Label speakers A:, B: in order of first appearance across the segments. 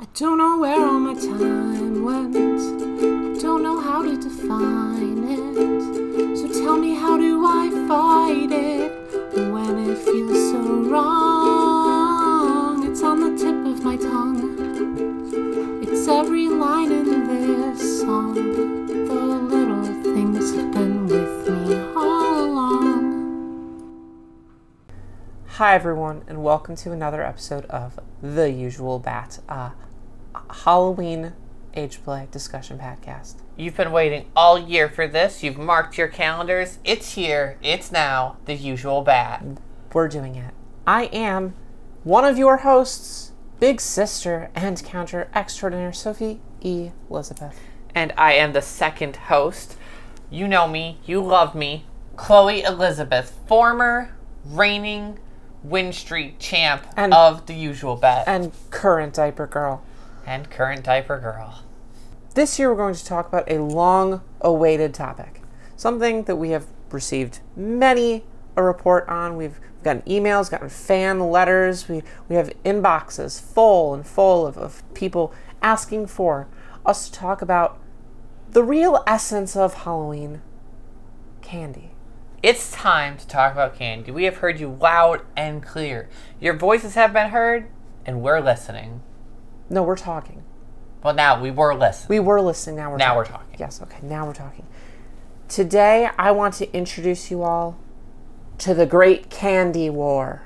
A: I don't know where all my time went. I don't know how to define it. So tell me, how do I fight it when it feels so wrong? It's on the tip of my tongue. It's every line in this song. The little things have been with me all along.
B: Hi, everyone, and welcome to another episode of The Usual Bat, a Halloween age play discussion podcast.
C: You've been waiting all year for this. You've marked your calendars. It's here. It's now. The usual bat.
B: We're doing it. I am one of your hosts, Big Sister and Counter Extraordinaire Sophie E. Elizabeth.
C: And I am the second host. You know me. You love me. Chloe Elizabeth, former reigning Win Street champ
B: And-
C: of the usual bet and,
B: And current diaper girl.
C: current diaper girl.
B: This year, we're going to talk about a long awaited topic, something that we have received many a report on. We've gotten emails, gotten fan letters, we, we have inboxes full and full of, of people asking for us to talk about the real essence of Halloween candy.
C: It's time to talk about candy. We have heard you loud and clear. Your voices have been heard, and we're listening.
B: No, we're talking.
C: Well, now we were listening.
B: We were listening, now we're
C: now
B: talking.
C: we're talking.
B: Yes, okay, now we're talking. Today, I want to introduce you all to the Great Candy War.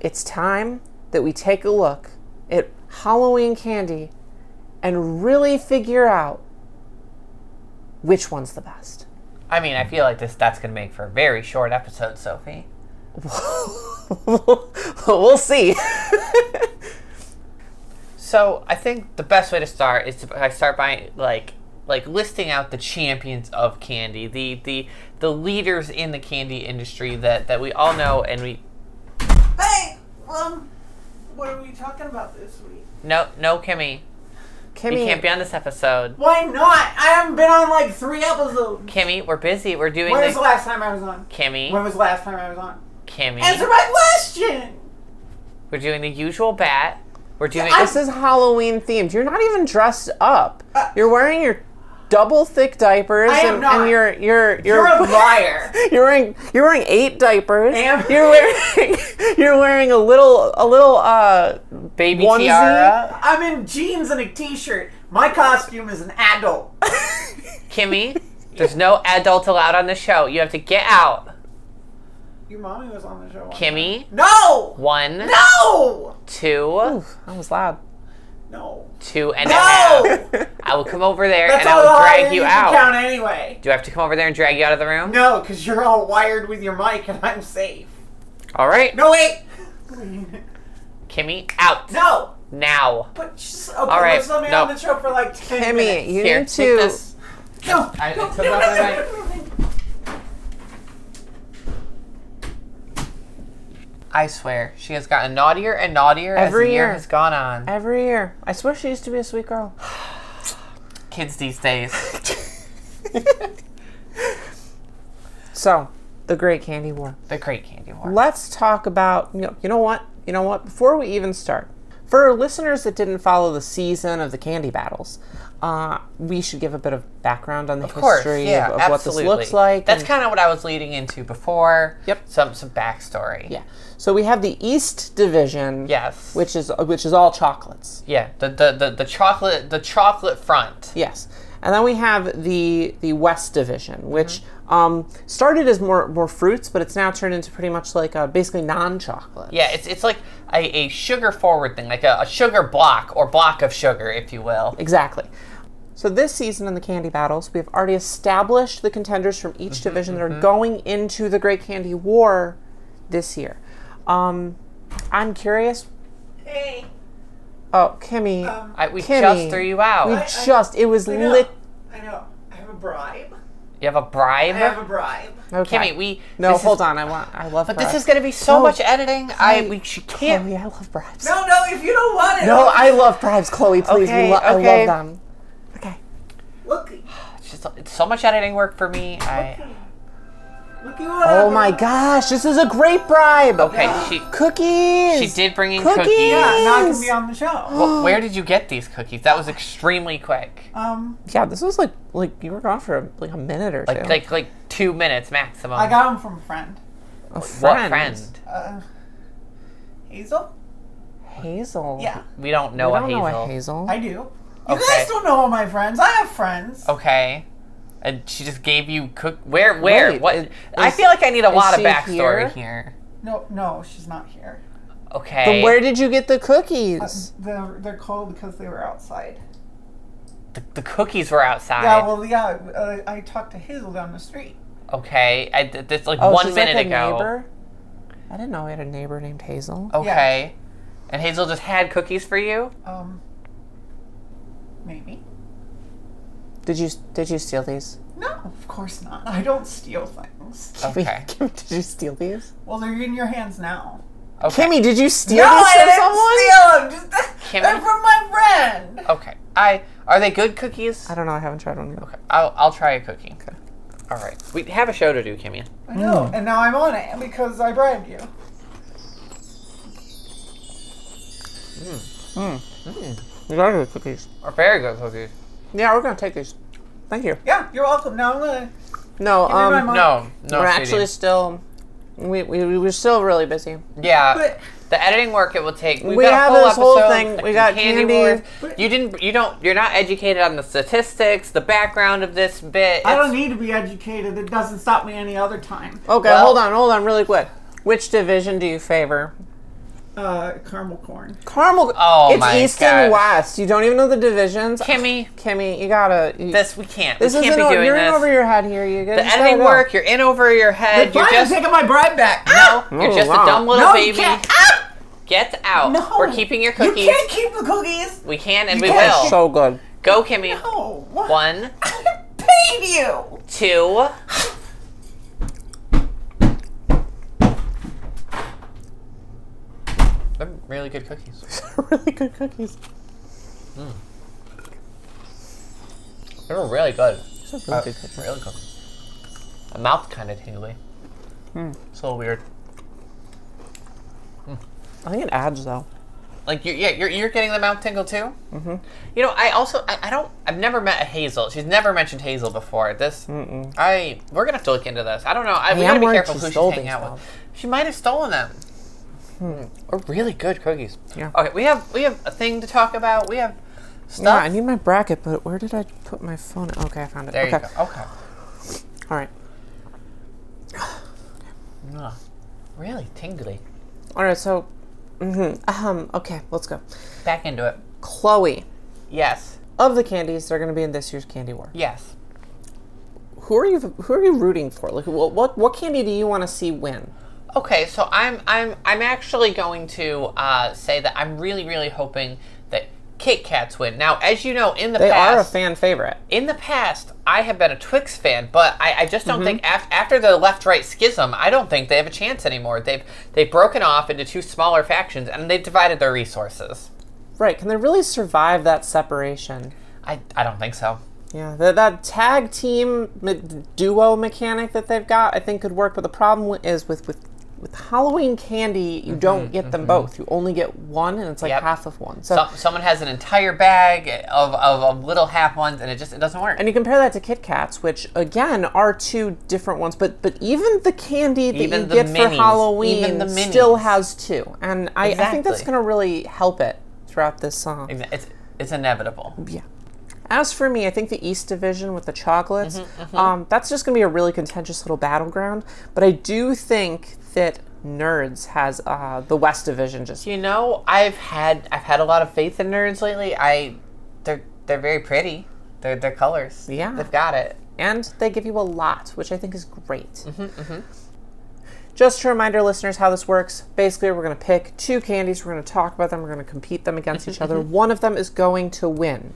B: it's time that we take a look at Halloween candy and really figure out which one's the best.
C: I mean, I feel like this that's going to make for a very short episode, Sophie.
B: we'll see.
C: So I think the best way to start is to I start by like like listing out the champions of candy, the the the leaders in the candy industry that that we all know and we
D: Hey, um, what are we talking about this week?
C: no no Kimmy,
B: Kimmy,
C: you can't be on this episode.
D: Why not? I haven't been on like three episodes.
C: Kimmy, we're busy. We're doing
D: When was the
C: the
D: last time I was on? When
C: Kimmy
D: was the last time I was on? Answer
C: Kimmy.
D: my question.
C: We're doing the usual bat. We're doing
B: this is Halloween themed. You're not even dressed up.
D: Uh,
B: You're wearing your double thick diapers
D: I am
B: and,
D: not.
B: and your your your
D: You're a liar.
B: You're wearing you're wearing eight diapers.
D: Am-
B: You're wearing you're wearing a little a little uh
C: baby
B: onesie.
C: tiara.
D: I'm in jeans and a t-shirt. My costume is an adult.
C: Kimmy, there's no adults allowed on the show. You have to get out.
D: Your mommy was on the show. once.
C: Kimmy,
D: No.
C: one,
D: No.
C: two,
B: That was loud.
D: No.
C: two and a half.
D: No.
C: I will come over there
D: That's
C: and I
D: all
C: will
D: the
C: drag
D: audio
C: you
D: can
C: out.
D: Count anyway.
C: Do I have to come over there and drag you out of the room?
D: No, because you're all wired with your mic, and I'm safe.
C: All right,
D: No wait.
C: Kimmy, out
D: No.
C: now.
D: But just, okay, All
C: right,
D: right. let's let me
C: no.
D: on the show for like 10
B: Kimmy,
D: minutes.
B: you
C: Here,
B: need
C: take
B: to
C: this.
D: No,
C: I- I
D: no,
C: took
D: no,
C: off
D: no,
C: my
D: no,
C: mic.
D: no, no, no.
C: I swear, she has gotten naughtier and naughtier
B: Every
C: as the
B: year.
C: year has gone on.
B: every year. I swear she used to be a sweet girl.
C: Kids these days.
B: So, the Great Candy War.
C: the Great Candy War.
B: Let's talk about you know, you know what? You know what? Before we even start, for our listeners that didn't follow the season of the candy battles, uh, we should give a bit of background on the
C: Of course,
B: history
C: yeah,
B: of, of what this
C: absolutely.
B: looks like.
C: That's
B: and-
C: kind of what I was leading into before.
B: Yep.
C: Some some backstory.
B: yeah. So we have the East Division,
C: Yes.
B: which is which is all chocolates.
C: yeah the, the the the chocolate the chocolate front.
B: Yes. And then we have the the West Division,
C: Mm-hmm.
B: which um, started as more more fruits, but it's now turned into pretty much like a, basically non chocolate.
C: Yeah, it's it's like a, a sugar forward thing, like a, a sugar block or block of sugar, if you will.
B: Exactly. So this season in the candy battles, we have already established the contenders from each
C: Mm-hmm,
B: division that are going into the Great Candy War this year. Um, I'm curious.
D: Hey,
B: Oh, Kimmy,
C: I, we
B: Kimmy,
C: just threw you out.
B: we just it was
D: I know.
B: lit.
D: I know. I have a bribe.
C: you have a bribe.
D: I have a bribe.
B: Okay.
C: Kimmy, we
B: no,
C: this is-
B: hold on. I want. I love.
C: But this is gonna be so
B: No.
C: much editing. I we she
B: Kimmy.
C: can't.
B: I love bribes.
D: No, no, if you don't want it.
B: No, I love bribes, Chloe. Please,
C: Okay,
B: we lo-
C: okay.
B: I love them. Okay.
D: Look,
C: It's just it's so much editing work for me. I
D: Look at what
B: Oh
D: I
B: my
D: brought.
B: gosh, this is a great bribe. Oh,
C: Okay, she
B: Cookies.
C: she did bring in
B: Cookies.
C: cookies.
D: Yeah, now I can be on the show.
C: Wh- Where did you get these cookies? That was extremely quick.
B: Uh,
D: um,
B: Yeah, this was like like you were gone for like a minute or two.
C: Like like like two minutes maximum.
D: I got them from a friend.
B: a
C: what friend?
D: Uh, Hazel?
B: Hazel.
D: Yeah,
C: We don't know
B: I
C: a
B: don't
C: Hazel.
B: know a Hazel.
D: I do. You guys
C: Okay.
D: don't know all my friends. I have friends.
B: Oh.
C: Okay. And she just gave you cook. Where? Where?
B: Wait,
C: what?
B: is-
C: I feel like I need a lot of
B: she here?
C: backstory here.
D: No, no, she's not here.
C: Okay.
B: Then where did you get the
D: Uh,
B: cookies?
D: they're, they're cold because they were outside.
C: the, the cookies were outside.
D: Yeah, well, yeah, uh, I talked to Hazel down the street.
C: okay. I, th- that's like
B: Oh,
C: one
B: she's
C: minute
B: like a
C: ago.
B: Neighbor? I didn't know we had a neighbor named Hazel.
C: Okay. And Hazel just had cookies for you.
D: Um, maybe.
B: Did you did you steal these?
D: No, of course not. I don't steal things.
C: Okay.
B: Kimmy, did you steal these?
D: Well, they're in your hands now.
C: Okay.
B: Kimmy, did you steal
D: No,
B: these from someone?
D: I didn't steal them. Just,
C: Kimmy?
D: they're from my friend.
C: Okay. I are they good cookies?
B: I don't know. I haven't tried one yet.
C: Okay. I'll, I'll try a cookie. Okay. All right. We have a show to do, Kimmy.
D: I know, and now I'm on it because I bribed you.
B: You gotta do the cookies.
C: Or very good cookies.
B: Yeah, we're gonna take these. Thank you.
D: Yeah, you're welcome. Now I'm gonna.
B: No,
D: me my
B: um,
D: money.
C: No, no.
B: we're
C: sweetie.
B: actually still. We, we, we were still really busy.
C: Yeah,
D: But-
C: the editing work it will take. We've
B: We
C: got a
B: have
C: full
B: this whole
C: episode,
B: thing.
C: like,
B: We got candy.
C: wars. You didn't. You don't. You're not educated on the statistics, the background of this bit.
D: I don't
C: It's-
D: need to be educated. It doesn't stop me any other time.
B: Okay,
C: Well-
B: hold on, hold on, really quick. Which division do you favor?
D: Uh, caramel corn.
B: Caramel.
C: Oh,
B: it's
C: my
B: East
C: gosh.
B: and West. You don't even know the divisions.
C: Kimmy.
B: Kimmy, you gotta. You,
C: This we can't.
B: this
C: we
B: isn't.
C: can't be
B: o-
C: doing
B: you're in
C: this.
B: over your head here. You
C: the editing work. You're in over your head.
D: Fine,
C: You're just.
D: I'm taking my bribe back.
C: no. You're
B: Oh,
C: just
B: wow.
C: a dumb little
D: No,
C: baby.
D: you can't. Ah!
C: Get out.
D: No.
C: We're keeping your cookies.
D: You can't keep the cookies.
C: we can and
D: You
C: we
D: can't.
C: will.
B: So good.
C: Go, Kimmy.
D: No. What?
C: One,
D: I paid you.
C: two. They're really good cookies.
B: really good cookies.
C: They were really good. Uh,
B: These are really good cookies.
C: Really good. My mouth kind of tingly.
B: Hmm.
C: It's a little weird.
B: I think it adds though.
C: Like you, yeah, you're, you're getting the mouth tingle too. Mm-hmm. You know, I also I, I don't I've never met a Hazel. She's never mentioned Hazel before. This I we're gonna have to look into this. I don't know. I, we
B: am
C: gotta be
B: worried
C: careful
B: she
C: who she's
B: stole
C: hanging
B: these
C: out
B: from.
C: with. She might have stolen them. Or really good cookies.
B: Yeah.
C: Okay, we have we have a thing to talk about. We have
B: Yeah, I
C: stuff.
B: need my bracket, but where did I put my phone? Okay, I found it.
C: there
B: okay.
C: you go. Okay.
B: All right.
C: Ugh. Really tingly.
B: All right. So, hmm um, okay, let's go.
C: Back into it.
B: Chloe.
C: Yes.
B: Of the candies, they're going to be in this year's candy war.
C: Yes.
B: Who are you? Who are you rooting for? Like, what what, what candy do you want to see win?
C: Okay, so I'm I'm I'm actually going to uh, say that I'm really really hoping that Kit Kats win. Now, as you know, in the
B: They are a
C: past,
B: fan favorite.
C: in the past, I have been a Twix fan, but I, I just
B: Mm-hmm.
C: don't think af- after the left right schism, I don't think they have a chance anymore. They've they've broken off into two smaller factions and they've divided their resources.
B: Right? Can they really survive that separation?
C: I I don't think so.
B: Yeah, that that tag team me- duo mechanic that they've got, I think, could work. But the problem wi- is with with with Halloween candy, you don't get them both. You only get one, and it's like
C: Yep.
B: half of one. So,
C: Some, someone has an entire bag of, of, of little half ones, and it just it doesn't work.
B: and you compare that to Kit Kats, which again are two different ones. But but even the candy that
C: Even
B: you
C: the
B: get
C: minis,
B: for Halloween
C: even the minis.
B: still has two, and I, I think that's
C: Exactly.
B: going to really help it throughout this song.
C: It's it's inevitable.
B: Yeah. As for me, I think the East Division with the chocolates,
C: Mm-hmm,
B: Um, that's just going to be a really contentious little battleground. But I do think that Nerds has uh, the West Division just.
C: You know, I've had I've had a lot of faith in nerds lately. I they're they're very pretty. They're their colors.
B: Yeah.
C: They've got it.
B: And they give you a lot, which I think is great.
C: Mm-hmm,
B: Just to remind our listeners how this works basically, we're going to pick two candies, we're going to talk about them, we're going to compete them against
C: Mm-hmm,
B: each other. One of them is going to win.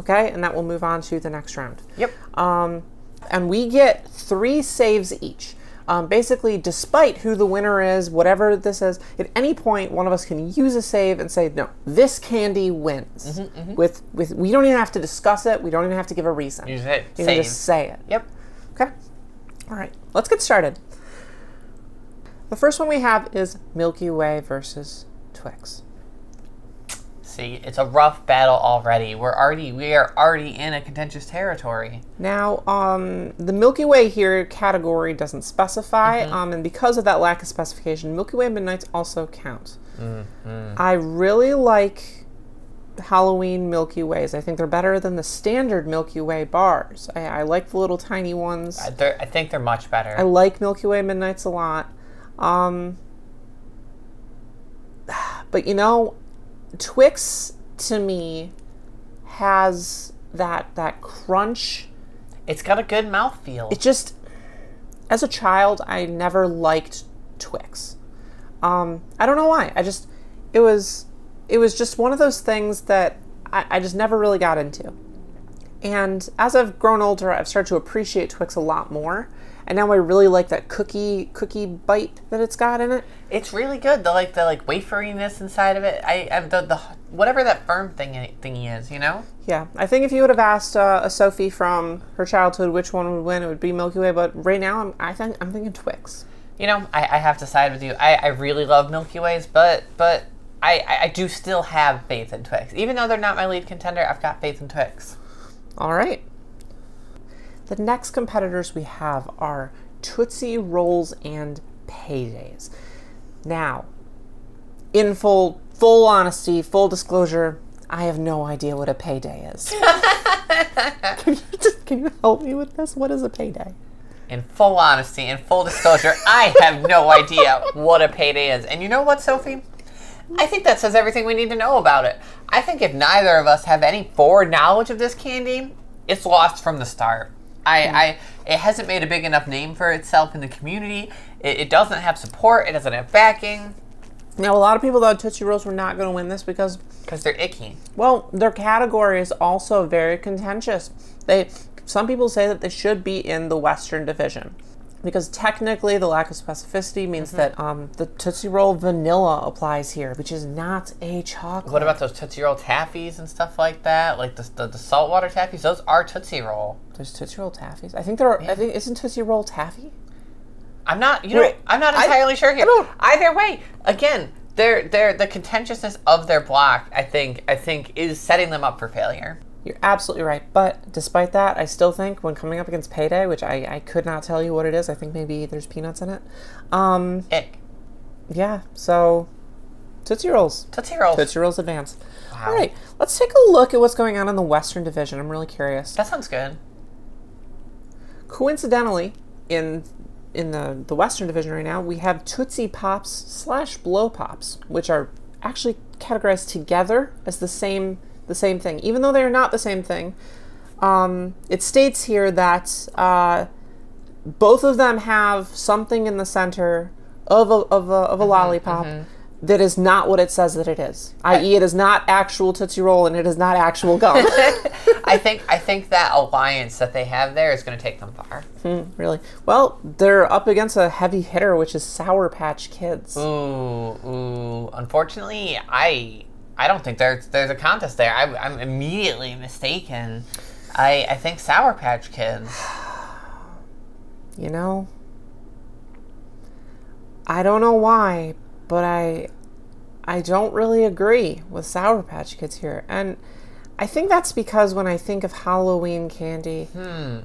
B: Okay? And that will move on to the next round.
C: Yep.
B: um, and we get three saves each. Um, basically, despite who the winner is, whatever this is, at any point, one of us can use a save and say, "No, this candy wins."
C: Mm-hmm,
B: With with we don't even have to discuss it. We don't even have to give a reason.
C: You just hit
B: You can
C: save.
B: just say it.
C: Yep.
B: Okay. All right. Let's get started. The first one we have is Milky Way versus Twix.
C: See, it's a rough battle already. We're already we are already in a contentious territory.
B: Now, um, the Milky Way here category doesn't specify, um, and because of that lack of specification, Milky Way Midnight's also count. I really like Halloween Milky Ways. I think they're better than the standard Milky Way bars. I, I like the little tiny ones.
C: I, Uh, they're- I think they're much better.
B: I like Milky Way Midnights a lot. Um, but you know, Twix to me has that that crunch.
C: it's got a good mouthfeel.
B: It just as a child, I never liked Twix. Um, I don't know why. I just it was it was just one of those things that I, I just never really got into. And as I've grown older, I've started to appreciate Twix a lot more. And now I really like that cookie cookie bite that it's got in it.
C: It's really good. The like the like waferiness inside of it. I, I the, the whatever that firm thing thingy is. You know.
B: Yeah, I think if you would have asked uh, a Sophie from her childhood which one would win, it would be Milky Way. But right now, I'm I think I'm thinking Twix.
C: You know. I, I have to side with you. I, I really love Milky Ways, but but I, I I do still have faith in Twix. Even though they're not my lead contender, I've got faith in Twix.
B: All right. The next competitors we have are Tootsie Rolls and Paydays. Now, in full full honesty, full disclosure, I have no idea what a payday is. can, you just, can you help me with this? What is a payday?
C: In full honesty and full disclosure, I have no idea what a payday is. And you know what, Sophie? I think that says everything we need to know about it. I think if neither of us have any forward knowledge of this candy, it's lost from the start. I, I it hasn't made a big enough name for itself in the community. It, it doesn't have support. It doesn't have backing
B: Now, a lot of people thought Tootsie Rolls were not going to win this because
C: because they're icky.
B: Well, their category is also very contentious. They some people say that they should be in the Western division because technically the lack of specificity means that um, the Tootsie Roll vanilla applies here, which is not a chocolate.
C: What about those Tootsie Roll taffies and stuff like that? Like the, the, the saltwater taffies? Those are Tootsie Roll.
B: There's Tootsie Roll taffies. I think there are. I think isn't Tootsie Roll taffy?
C: I'm not. You know,
B: Right.
C: I'm not
B: I-
C: entirely sure here.
B: I don't-
C: Either way, again, they're, they're, the contentiousness of their block, I think, I think, is setting them up for failure.
B: You're absolutely right. But despite that, I still think when coming up against Payday, which I, I could not tell you what it is, I think maybe there's peanuts in it. Um,
C: Ick.
B: yeah. So Tootsie Rolls.
C: Tootsie rolls.
B: Tootsie Rolls advance. All right, let's take a look at what's going on in the Western Division. I'm really curious.
C: That sounds good.
B: Coincidentally, in in the the Western Division right now, we have Tootsie Pops slash Blow Pops, which are actually categorized together as the same the same thing, even though they are not the same thing. Um, it states here that uh, both of them have something in the center of a, of a, of a lollipop. that is not what it says that it is, i.e., it is not actual Tootsie Roll and it is not actual gum.
C: I think I think that alliance that they have there is going to take them far.
B: Really? Well, they're up against a heavy hitter, which is Sour Patch Kids.
C: Ooh, ooh. Unfortunately, I I don't think there's there's a contest there. I, I'm immediately mistaken. I I think Sour Patch Kids.
B: You know, I don't know why, but I, I don't really agree with Sour Patch Kids here, and I think that's because when I think of Halloween candy,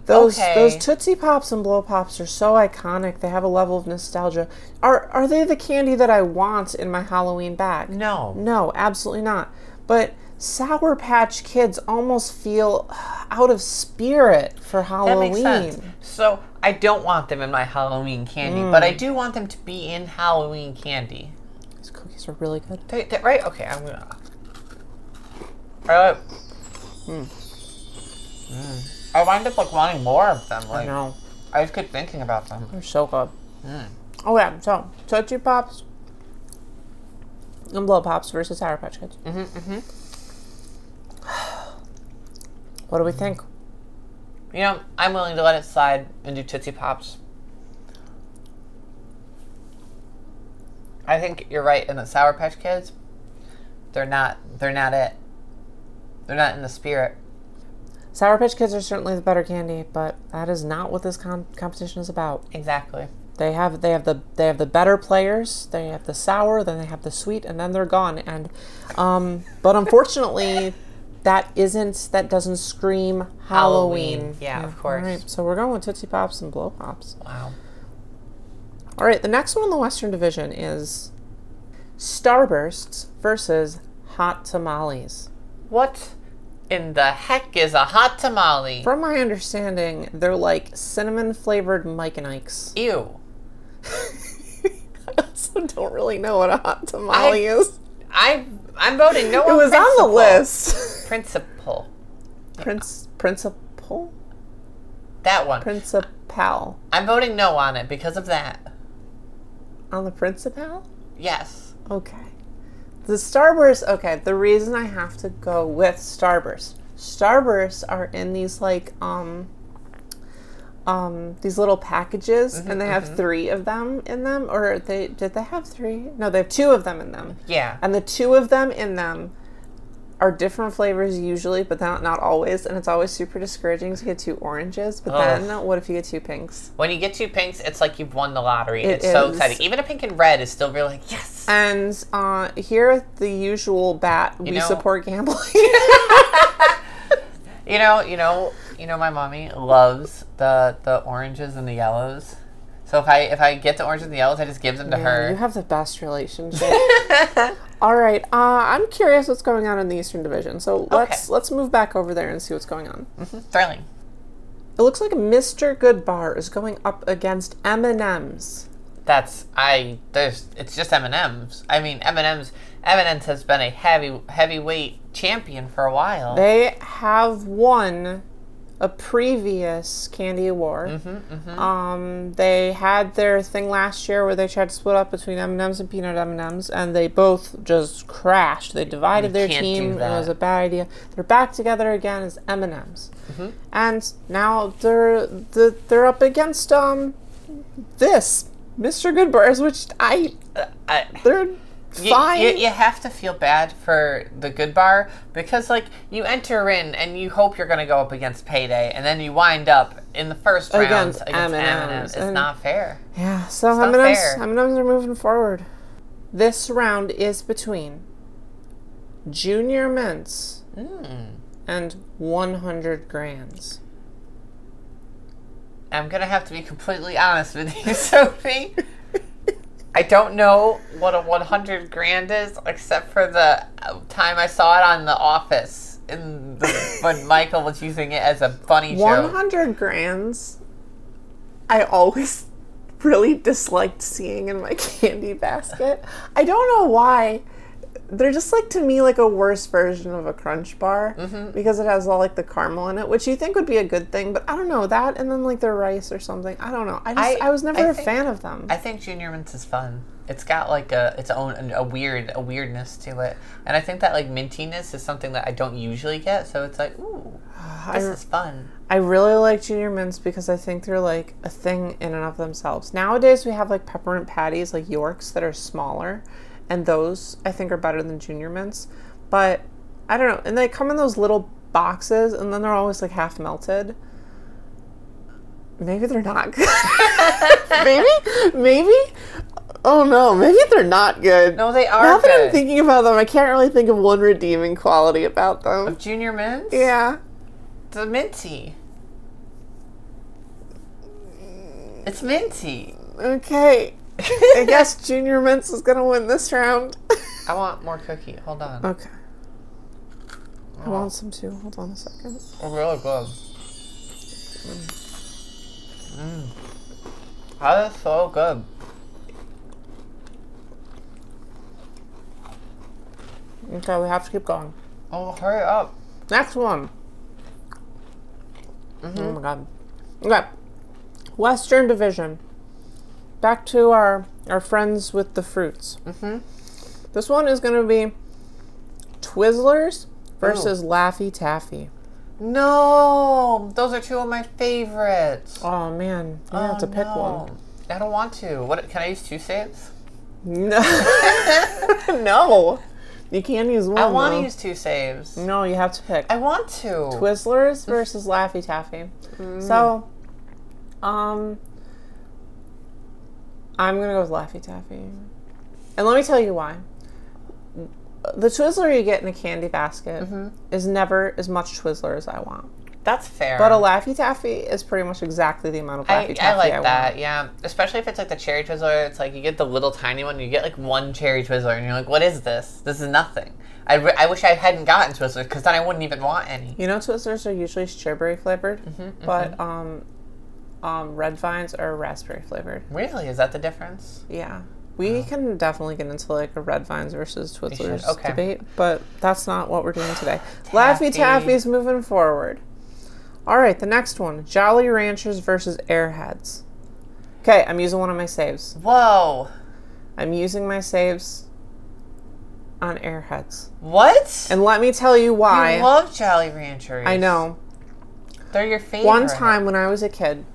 B: those
C: okay.
B: those Tootsie Pops and Blow Pops are so iconic. They have a level of nostalgia. Are are they the candy that I want in my Halloween bag?
C: No.
B: No, absolutely not. But Sour Patch Kids almost feel out of spirit for
C: That
B: Halloween.
C: makes sense. So I don't want them in my Halloween candy, but I do want them to be in Halloween candy.
B: These cookies are really good.
C: They- they- right? Okay, I'm gonna. Alright. Hmm. Mm. I wind up like wanting more of them. Like
B: No,
C: I just keep thinking about them.
B: they're so good. Oh yeah, so Tootsie Pops and Blow Pops versus Sour Patch Kids. Mm-hmm, mm-hmm. What do we think?
C: You know, I'm willing to let it slide and do Tootsie Pops. I think you're right in the Sour Patch Kids. They're not. They're not it. They're not in the spirit.
B: Sour Patch Kids are certainly the better candy, but that is not what this com- competition is about.
C: Exactly.
B: They have they have the they have the better players. They have the sour, then they have the sweet, and then they're gone. And um, but unfortunately, that isn't that doesn't scream Halloween.
C: Yeah, of course.
B: All right, so we're going with Tootsie Pops and Blow Pops.
C: Wow.
B: All right, the next one in the Western Division is Starbursts versus Hot Tamales.
C: What in the heck is a hot tamale?
B: From my understanding, they're like cinnamon flavored Mike and Ike's.
C: Ew.
B: I also don't really know what a hot tamale
C: I-
B: is.
C: I I'm voting no.
B: It was on the
C: principle.
B: list.
C: Principle.
B: Prince, principal,
C: That one.
B: principal,
C: I'm voting no on it because of that.
B: on the principal.
C: Yes.
B: Okay. The Starburst, okay, the reason I have to go with Starburst. Starbursts are in these like um um these little packages and they have 3 of them in them or they did they have 3? No, they have 2 of them in them.
C: Yeah.
B: And the two of them in them are different flavors usually, but not not always, and it's always super discouraging to get two oranges, but then what if you get two pinks?
C: When you get two pinks, it's like you've won the lottery.
B: It
C: it's so
B: is.
C: exciting. Even a pink and red is still really like yes.
B: And uh, here at the usual bat, we
C: know-
B: support gambling.
C: You know, you know, you know. My mommy loves the the oranges and the yellows. So if I if I get the oranges and the yellows, I just give them to
B: You
C: her.
B: have the best relationship. All right, uh, I'm curious what's going on in the Eastern Division. So let's let's move back over there and see what's going on.
C: Thrilling.
B: It looks like Mr. Goodbar is going up against M&M's.
C: That's I. There's. It's just M and M's. I mean M and M's. M and M's has been a heavy heavyweight champion for a while.
B: They have won a previous candy award.
C: Mm-hmm,
B: Um, they had their thing last year where they tried to split up between M and M's and peanut M and M's, and they both just crashed. They divided their
C: can't do
B: team. and It
C: that.
B: was a bad idea. They're back together again as M and M's,
C: Mm-hmm.
B: and now they're the, they're up against um this Mr. Goodbars, which I
C: I,
B: they're
C: you,
B: fine.
C: You, you have to feel bad for the good bar because like you enter in and you hope you're going to go up against payday and then you wind up in the first round
B: Against
C: against
B: M&Ms,
C: M&Ms. It's
B: and-
C: not fair.
B: Yeah, so
C: not
B: M&M's,
C: fair.
B: M&M's are moving forward. This round is between Junior Mints Hmm. and 100 Grands.
C: I'm going to have to be completely honest with you, Sophie. I don't know what a 100 grand is except for the uh, time I saw it on The Office in the, when Michael was using it as a funny joke.
B: 100 Grands, I always really disliked seeing in my candy basket. I don't know why. They're just like to me like a worse version of a crunch bar
C: Mm-hmm.
B: because it has all like the caramel in it, which you think would be a good thing, but I don't know that and then like the rice or something. I don't know. I just I,
C: I-
B: was never
C: I
B: a
C: think-
B: fan of them.
C: I think Junior Mints is fun. It's got like a its own a weird a weirdness to it, and I think that like mintiness is something that I don't usually get. So it's like, ooh, this is fun.
B: I really like junior mints because I think they're like a thing in and of themselves. Nowadays we have like peppermint patties, like Yorks that are smaller, and those I think are better than junior mints. But I don't know, and they come in those little boxes, and then they're always like half melted. Maybe they're not good. maybe, maybe. Oh no, maybe they're not good.
C: No, they are
B: now that I'm
C: good.
B: thinking about them, I can't really think of one redeeming quality about them.
C: Junior Mints,
B: Yeah.
C: the minty. It's minty.
B: Okay. I guess Junior Mints is gonna win this round.
C: I want more cookie. Hold on,
B: okay. I want some too. Hold on a second.
C: We're really good. Mm. That is so good.
B: Okay, we have to keep going.
C: Oh, hurry up.
B: Next one. Oh my god. Okay. Western Division. Back to our our friends with the fruits. Mm-hmm. This one is gonna be Twizzlers versus Laffy Taffy.
C: No, those are two of my favorites.
B: Oh man, you have to pick one.
C: I don't want to. What can I use two saves?
B: No, no, you can't use one.
C: I want
B: though.
C: to use two saves.
B: No, you have to pick.
C: I want to.
B: Twizzlers versus
C: Mm.
B: Laffy Taffy. So, um, I'm gonna go with Laffy Taffy, and let me tell you why. The Twizzler you get in a candy basket
C: Mm-hmm.
B: is never as much Twizzler as I want,
C: That's fair.
B: but a Laffy Taffy is pretty much exactly the amount of Laffy
C: I,
B: Taffy
C: I like
B: want.
C: that, yeah. Especially if it's like the cherry Twizzler, it's like you get the little tiny one, you get like one cherry Twizzler, and you're like, what is this? This is nothing. I, re- I wish I hadn't gotten Twizzlers because then I wouldn't even want any.
B: You know, Twizzlers are usually strawberry flavored,
C: Mm-hmm,
B: but um, um, red vines are raspberry flavored.
C: Really? Is that the difference?
B: Yeah. We can definitely get into like a red vines versus Twizzlers
C: should. Okay.
B: debate, but that's not what we're doing today. Laffy Taffy's moving forward. All right, the next one Jolly Ranchers versus Airheads. Okay, I'm using one of my saves.
C: Whoa.
B: I'm using my saves on Airheads.
C: What?
B: And let me tell you
C: I
B: why.
C: love Jolly Ranchers.
B: I know.
C: They're your favorite.
B: One time when I was a kid,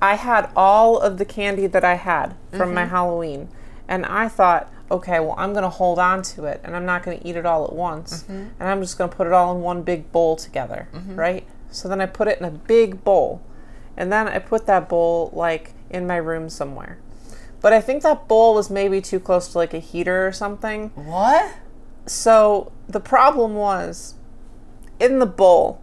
B: I had all of the candy that I had from my Halloween, and I thought, okay, well, I'm going to hold on to it, and I'm not going to eat it all at once, and I'm just going to put it all in one big bowl together, right? So then I put it in a big bowl, and then I put that bowl like in my room somewhere. But I think that bowl was maybe too close to like a heater or something.
C: What?
B: So the problem was in the bowl,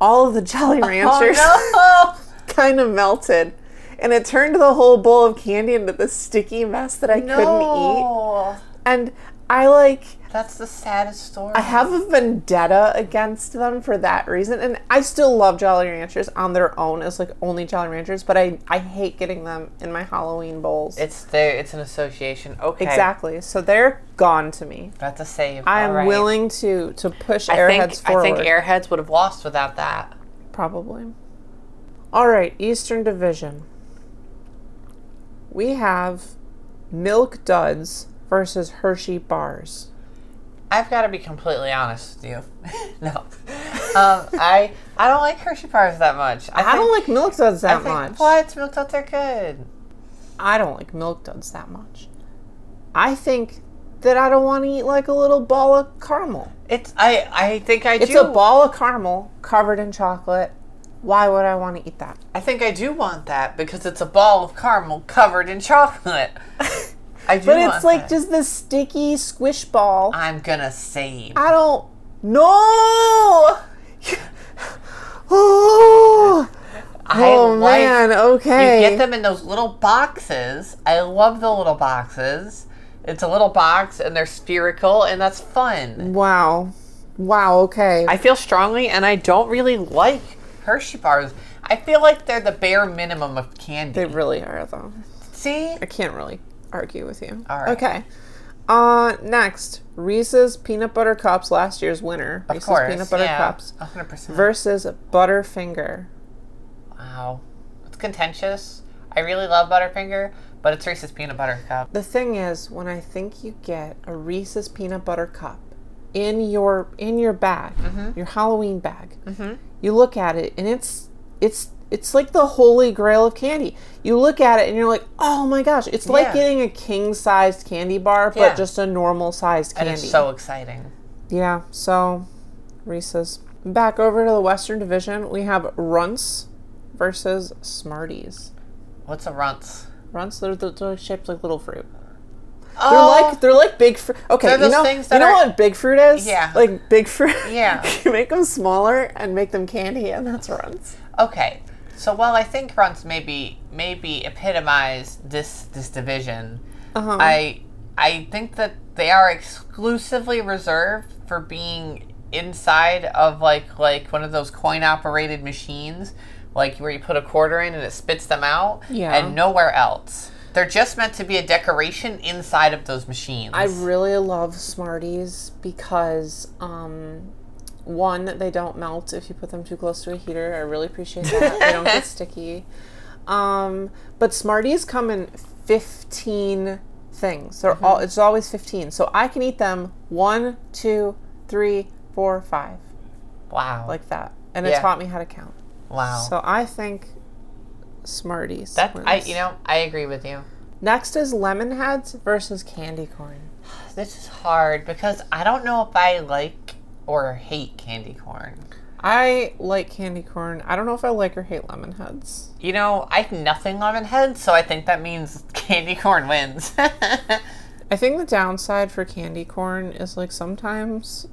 B: all of the Jolly Ranchers
C: Oh no!
B: kind of melted. And it turned the whole bowl of candy into this sticky mess that I couldn't eat.
C: No.
B: And I like,
C: That's the saddest story.
B: I have a vendetta against them for that reason. And I still love Jolly Ranchers on their own as like only Jolly Ranchers, but I, I hate getting them in my Halloween bowls.
C: It's there. It's an association. Okay.
B: exactly. So they're gone to me.
C: That's a save.
B: I am
C: All right.
B: willing to to push
C: I think,
B: airheads forward.
C: I think Airheads would have lost without that.
B: Probably. All right, Eastern Division. We have Milk Duds versus Hershey Bars.
C: I've got to be completely honest with you. no, um, I I don't like Hershey bars that much.
B: I don't like Milk Duds that much.
C: What milk duds are good.
B: I don't like Milk Duds that much. I think that I don't want to eat like a little ball of caramel.
C: It's I I think I
B: It's
C: do.
B: a ball of caramel covered in chocolate. Why would I want to eat that?
C: I think I do want that because it's a ball of caramel covered in chocolate. I do.
B: But
C: want
B: it's like
C: that.
B: just this sticky squish ball.
C: I'm gonna save.
B: I don't. No. oh.
C: I
B: oh
C: like-
B: man. Okay.
C: You get them in those little boxes. I love the little boxes. It's a little box and they're spherical and that's fun.
B: Wow. Wow. Okay.
C: I feel strongly and I don't really like Hershey bars. I feel like they're the bare minimum of candy.
B: they really are though.
C: See?
B: I can't really argue with you.
C: All right.
B: Okay. Uh, next Reese's peanut butter cups, last year's winner.
C: Of
B: Reese's
C: course.
B: peanut butter
C: yeah,
B: cups
C: 100%.
B: versus Butterfinger.
C: wow. It's contentious. I really love Butterfinger, but it's Reese's peanut butter cup.
B: The thing is, when I think you get a Reese's peanut butter cup in your in your bag,
C: Mm-hmm.
B: your Halloween bag, you look at it and it's it's it's like the holy grail of candy. You look at it and you're like, oh my gosh! It's like
C: Yeah.
B: getting a king sized candy bar, but
C: Yeah.
B: just a normal sized
C: And
B: candy.
C: it's so exciting.
B: yeah. So Reese's. Back over to the Western Division, we have Runts versus Smarties.
C: What's a runts?
B: Runts, they're, they're, they're shaped like little fruit.
C: Oh,
B: They're like they're like big fruit. Okay,
C: They're
B: you
C: those
B: know,
C: things
B: you
C: that
B: know
C: are-
B: what big fruit is?
C: Yeah.
B: like big fruit.
C: Yeah.
B: you make them smaller and make them candy, and that's runs.
C: Okay, so while I think runs maybe maybe epitomize this this division,
B: Uh-huh.
C: I I think that they are exclusively reserved for being inside of like like one of those coin operated machines, like where you put a quarter in and it spits them out,
B: Yeah.
C: and nowhere else. They're just meant to be a decoration inside of those machines.
B: I really love Smarties because, um, one, they don't melt if you put them too close to a heater. I really appreciate that. they don't get sticky. Um, but Smarties come in fifteen things. They're all it's always fifteen, so I can eat them one, two, three, four, five.
C: wow, like
B: like that, and it
C: Yeah.
B: taught me how to count.
C: wow.
B: So I think Smarties.
C: that I
B: wins.
C: you know I agree with you.
B: Next is Lemon Heads versus Candy Corn.
C: This is hard because I don't know if I like or hate candy corn.
B: I like candy corn. I don't know if I like or hate lemon heads.
C: You know, I have nothing lemon head, so I think that means candy corn wins.
B: I think the downside for candy corn is like sometimes,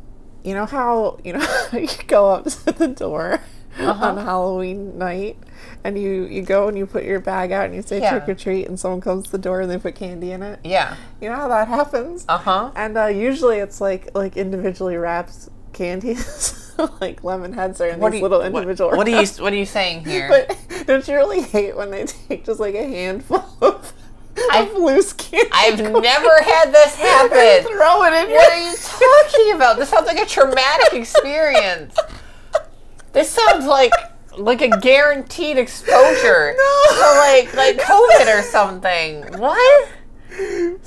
B: you know how you know you go up to the door
C: Uh-huh.
B: on Halloween night and you you go and you put your bag out and you say
C: Yeah.
B: trick or treat and someone comes to the door and they put candy in it.
C: yeah.
B: You know how that happens.
C: Uh huh.
B: And uh, usually it's like like individually wrapped candies, like lemon heads are in these little individual.
C: What, what are you
B: wraps.
C: What are you saying here?
B: But don't you really hate when they take just like a handful of,
C: I've-
B: of loose candy?
C: I've
B: corn
C: never had this
B: and
C: happen.
B: Throw it in
C: What
B: your
C: are you talking about? This sounds like a traumatic experience. This sounds like like a guaranteed exposure
B: No.
C: to like like COVID or something. What?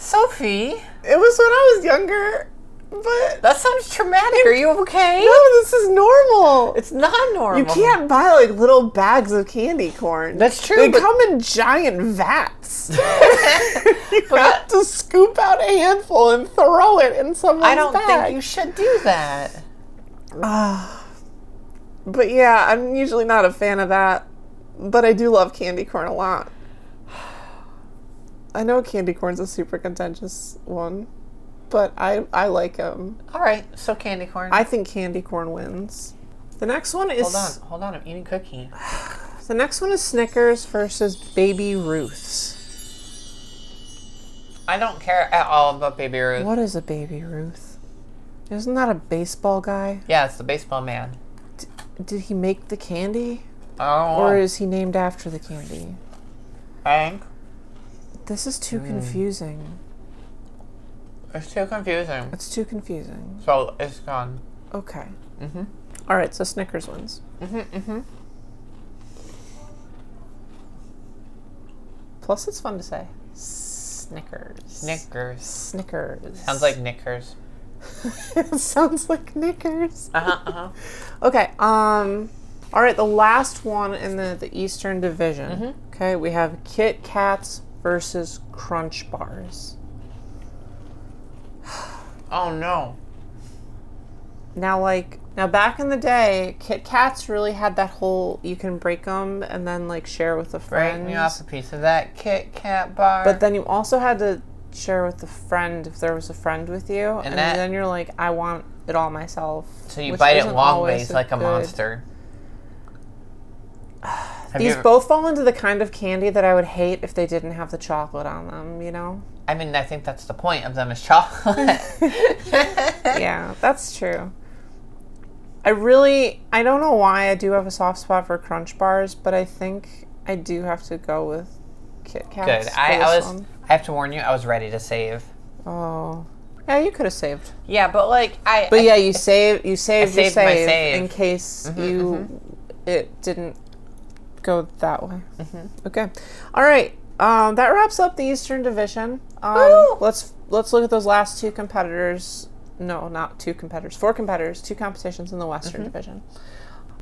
C: Sophie,
B: It was when I was younger, but
C: that sounds traumatic. Are you okay?
B: no, this is normal.
C: It's not normal.
B: you can't buy like little bags of candy corn.
C: That's true,
B: They
C: but-
B: come in giant vats. you have to scoop out a handful and throw it in someone's
C: I don't
B: bag.
C: think you should do that.
B: Ah. but yeah, I'm usually not a fan of that, but I do love candy corn a lot. I know candy corn's a super contentious one, but I I like them.
C: All right, so candy corn.
B: I think candy corn wins. The next one is
C: hold on, hold on. I'm eating cookie.
B: the next one is Snickers versus Baby Ruth's.
C: I don't care at all about Baby Ruth.
B: What is a Baby Ruth? Isn't that a baseball guy?
C: Yeah, it's the baseball man.
B: Did he make the candy,
C: Oh,
B: or is he named after the candy?
C: Hank.
B: This is too confusing.
C: It's too confusing.
B: It's too confusing.
C: So it's gone.
B: Okay. Mm-hmm. right, so Snickers wins. Mm-hmm, mm-hmm. Plus, it's fun to say. Snickers.
C: Knickers.
B: Snickers.
C: Sounds like knickers.
B: it sounds like Knickers.
C: Uh huh. Uh-huh.
B: Okay. Um. All right, the last one in the, the Eastern Division.
C: Mm-hmm.
B: Okay, we have Kit Kats versus Crunch Bars.
C: Oh no.
B: Now, like, now back in the day, Kit Kats really had that whole you can break them and then like share with a friend.
C: Break me off a piece of that Kit Kat bar.
B: But then you also had to share with a friend if there was a friend with you, and,
C: that-
B: then you're like, I want it all myself.
C: so you
B: which
C: bite it
B: isn't
C: long
B: always
C: ways like a
B: good-
C: monster. Have you
B: These
C: ever-
B: both fall into the kind of candy that I would hate if they didn't have the chocolate on them. You know?
C: I mean, I think that's the point of them is chocolate.
B: yeah, that's true. I really, I don't know why I do have a soft spot for Crunch Bars, but I think I do have to go with Kit Kats.
C: Good.
B: for
C: I, I
B: this
C: was.
B: one.
C: I have to warn you. I was ready to save.
B: Oh, yeah, you could have saved.
C: Yeah, but like I.
B: But yeah, you save you save your
C: saved my
B: save,
C: save. Mm-hmm,
B: in case you it didn't go that way.
C: Mm-hmm.
B: Okay, all right. Um, that wraps up the Eastern Division. Um,
C: Woo!
B: let's let's look at those last two competitors. No, not two competitors. Four competitors. Two competitions in the Western
C: Mm-hmm.
B: Division.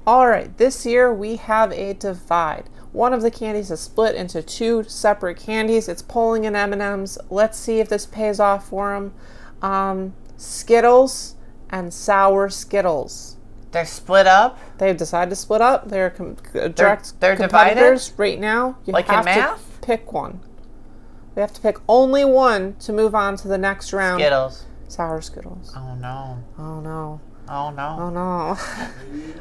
B: All right. This year we have a divide. One of the candies is split into two separate candies. It's polling in M and M's. Let's see if this pays off for them. Um, Skittles and sour Skittles.
C: they're split up.
B: They've decided to split up. They're com- c- direct
C: they're
B: competitors right now. You
C: Like in
B: have
C: math?
B: to pick one. We have to pick only one to move on to the next round.
C: Skittles.
B: Sour Skittles.
C: Oh no.
B: Oh no.
C: Oh no.
B: Oh no.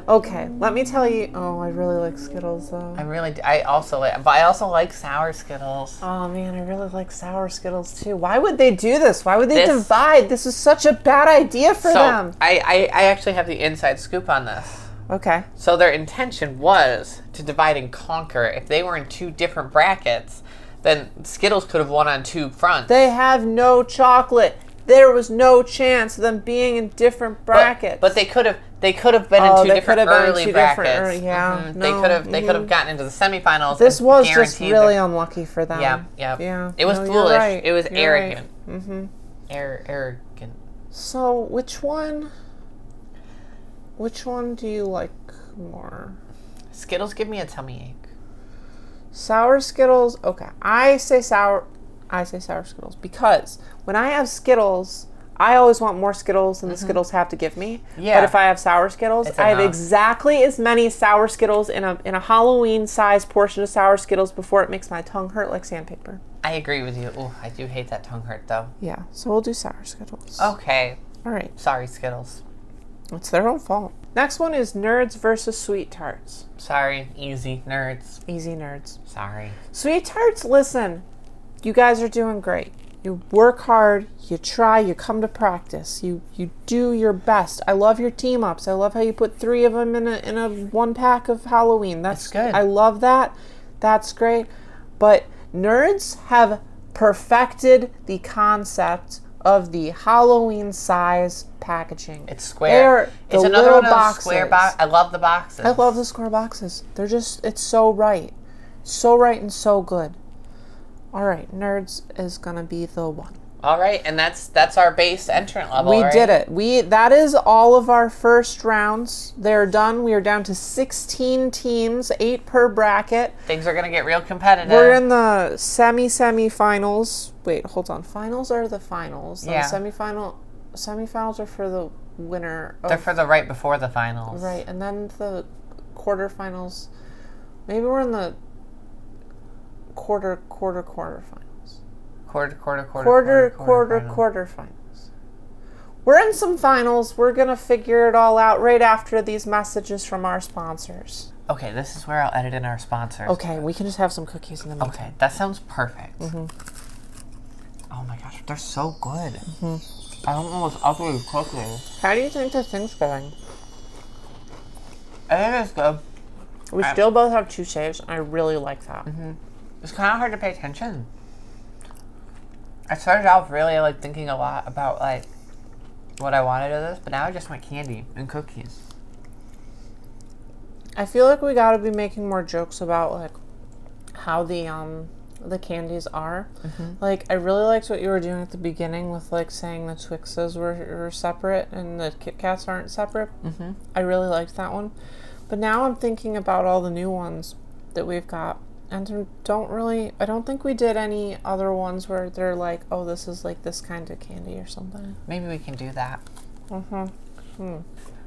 B: okay, let me tell you. Oh, I really like Skittles though.
C: I really. d- I also like. But I also like sour Skittles.
B: Oh man, I really like sour Skittles too. Why would they do this? Why would they
C: This-
B: divide? This is such a bad idea for
C: so
B: them.
C: I, I, I actually have the inside scoop on this.
B: Okay.
C: So their intention was to divide and conquer. If they were in two different brackets, then Skittles could have won on two fronts.
B: They have no chocolate. There was no chance of them being in different brackets.
C: but, but they could have they could have been
B: Oh,
C: in two
B: they
C: different
B: could have been in
C: early
B: two different
C: brackets.
B: early- yeah,
C: Mhm. they
B: no, mm.
C: could have they could have gotten into the semifinals.
B: this
C: and
B: was just
C: guaranteed
B: really
C: that-
B: unlucky for them.
C: yeah yeah
B: yeah.
C: It was
B: No, you're
C: foolish.
B: right.
C: It was
B: You're right. Mm-hmm.
C: arrogant. Ar- arrogant.
B: So which one? Which one do you like more?
C: Skittles give me a tummy ache.
B: Sour Skittles. Okay, I say sour. I say sour Skittles because when I have Skittles, I always want more Skittles than the Skittles have to give me.
C: Mm-hmm. Yeah.
B: But if I have sour Skittles,
C: It's
B: I have
C: enough.
B: exactly as many sour Skittles in a in a Halloween sized portion of sour Skittles before it makes my tongue hurt like sandpaper.
C: I agree with you. Ooh, I do hate that tongue hurt though.
B: Yeah. So we'll do sour Skittles.
C: Okay.
B: All right.
C: Sorry, Skittles.
B: It's their own fault. Next one is nerds versus sweet tarts.
C: Sorry, easy nerds.
B: Easy nerds.
C: Sorry.
B: Sweet tarts, listen, you guys are doing great. You work hard, you try, you come to practice, you you do your best. I love your team ups. I love how you put three of them in a in a one pack of Halloween. That's
C: That's good.
B: I love that. That's great. But nerds have perfected the concept of the Halloween size packaging.
C: It's square.
B: They're
C: it's
B: the
C: another
B: little
C: one of those square box.
B: boxes.
C: I love the boxes.
B: I love the square boxes. They're just, it's so right. So right and so good. All right, Nerds is going to be the one.
C: All right, and that's that's our base entrant level.
B: we
C: right?
B: did it. We That is all of our first rounds. They're done. We are down to 16 teams, eight per bracket.
C: Things are gonna get real competitive.
B: We're in the semi semi finals. Wait, hold on. Finals are the finals. Then
C: Yeah.
B: The semifinal, semifinals are for the winner. Of,
C: They're for the right before the finals.
B: Right, and then the quarterfinals. Maybe we're in the quarter, quarter, quarter finals.
C: Quarter, quarter, quarter,
B: Quarter, quarter,
C: quarter.
B: quarter finals. We're in some finals. We're going to figure it all out right after these messages from our sponsors.
C: Okay, this is where I'll edit in our sponsors.
B: Okay, we can just have some cookies in the meantime.
C: Okay, that sounds perfect.
B: Mm-hmm.
C: Oh my gosh, they're so good. I don't know what's up with cooking.
B: How do you think this thing's going?
C: It is good.
B: We still both have two saves. and I really like that.
C: It's kind of hard to pay attention. I started off really like thinking a lot about like what I wanted of this, but now I just want candy and cookies.
B: I feel like we got to be making more jokes about like how the um the candies are. Like I really liked what you were doing at the beginning with like saying the Twixes were, were separate and the Kit Kats aren't separate. Mm-hmm. I really liked that one, but now I'm thinking about all the new ones that we've got. And I don't really, I don't think we did any other ones where they're like, oh, this is like this kind of candy or something.
C: Maybe we can do that.
B: You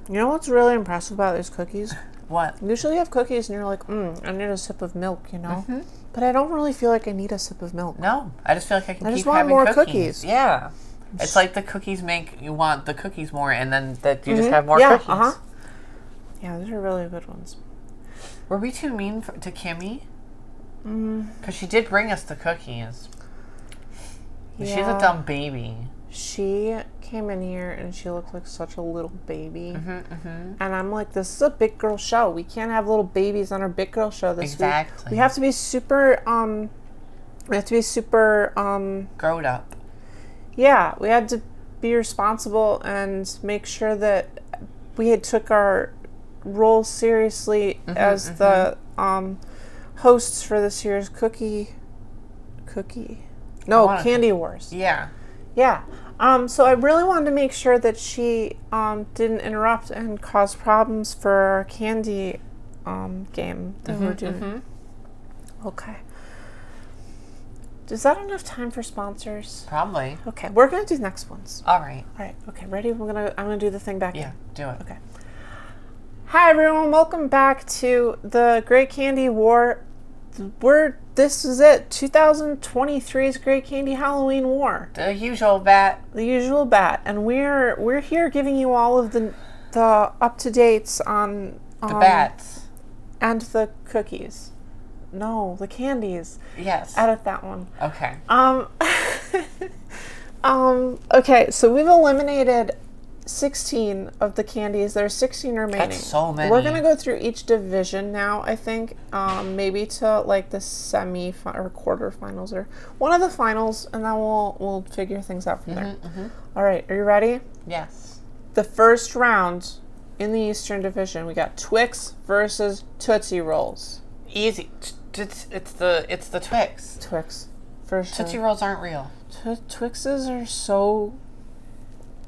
B: know what's really impressive about these cookies?
C: What?
B: Usually you have cookies and you're like, mm, I need a sip of milk, you know? But I don't really feel like I need a sip of milk.
C: No, I just feel like I can
B: I
C: keep
B: just want
C: having
B: more
C: cookies.
B: cookies.
C: Yeah, it's like the cookies make you want the cookies more, and then that you just have more
B: yeah,
C: cookies.
B: uh-huh. Yeah, these are really good ones.
C: Were we too mean for, to Kimmy?
B: Mm.
C: Because she did bring us the cookies. But She's
B: Yeah.
C: a dumb baby.
B: She came in here and she looked like such a little baby. And I'm like, this is a big girl show. We can't have little babies on our big girl show this week.
C: Exactly.
B: We have to be super, um, we have to be super, um,
C: Growed up.
B: yeah, we had to be responsible and make sure that we had took our role seriously as the um, hosts for this year's cookie cookie no
C: wanna-
B: candy wars
C: Yeah.
B: yeah um, so i really wanted to make sure that she um, didn't interrupt and cause problems for our candy um, game that we're doing okay is that enough time for sponsors
C: Probably.
B: Okay, we're gonna do the next ones.
C: All right.
B: All right. Okay, ready? We're gonna. I'm gonna do the thing back.
C: Yeah. Do it.
B: Okay. Hi everyone. Welcome back to the Great Candy War. We're this is it. 2023's Great Candy Halloween War.
C: The usual bat.
B: The usual bat, and we're we're here giving you all of the the up to dates on um,
C: The bats.
B: and the cookies. No, the candies.
C: Yes.
B: Edit that one.
C: Okay.
B: Um, um, okay, so we've eliminated 16 of the candies. There's 16 remaining.
C: so many.
B: We're going to go through each division now, I think, um, maybe to like the semi or quarterfinals or one of the finals, and then we'll, we'll figure things out from
C: Mm-hmm,
B: there. All right, are you ready?
C: Yes.
B: The first round in the Eastern Division, we got Twix versus Tootsie Rolls.
C: Easy. T- t- It's, it's the it's the
B: Uh,
C: Twix.
B: Twix versus
C: Tootsie rolls aren't real,
B: Twi- Twixes are so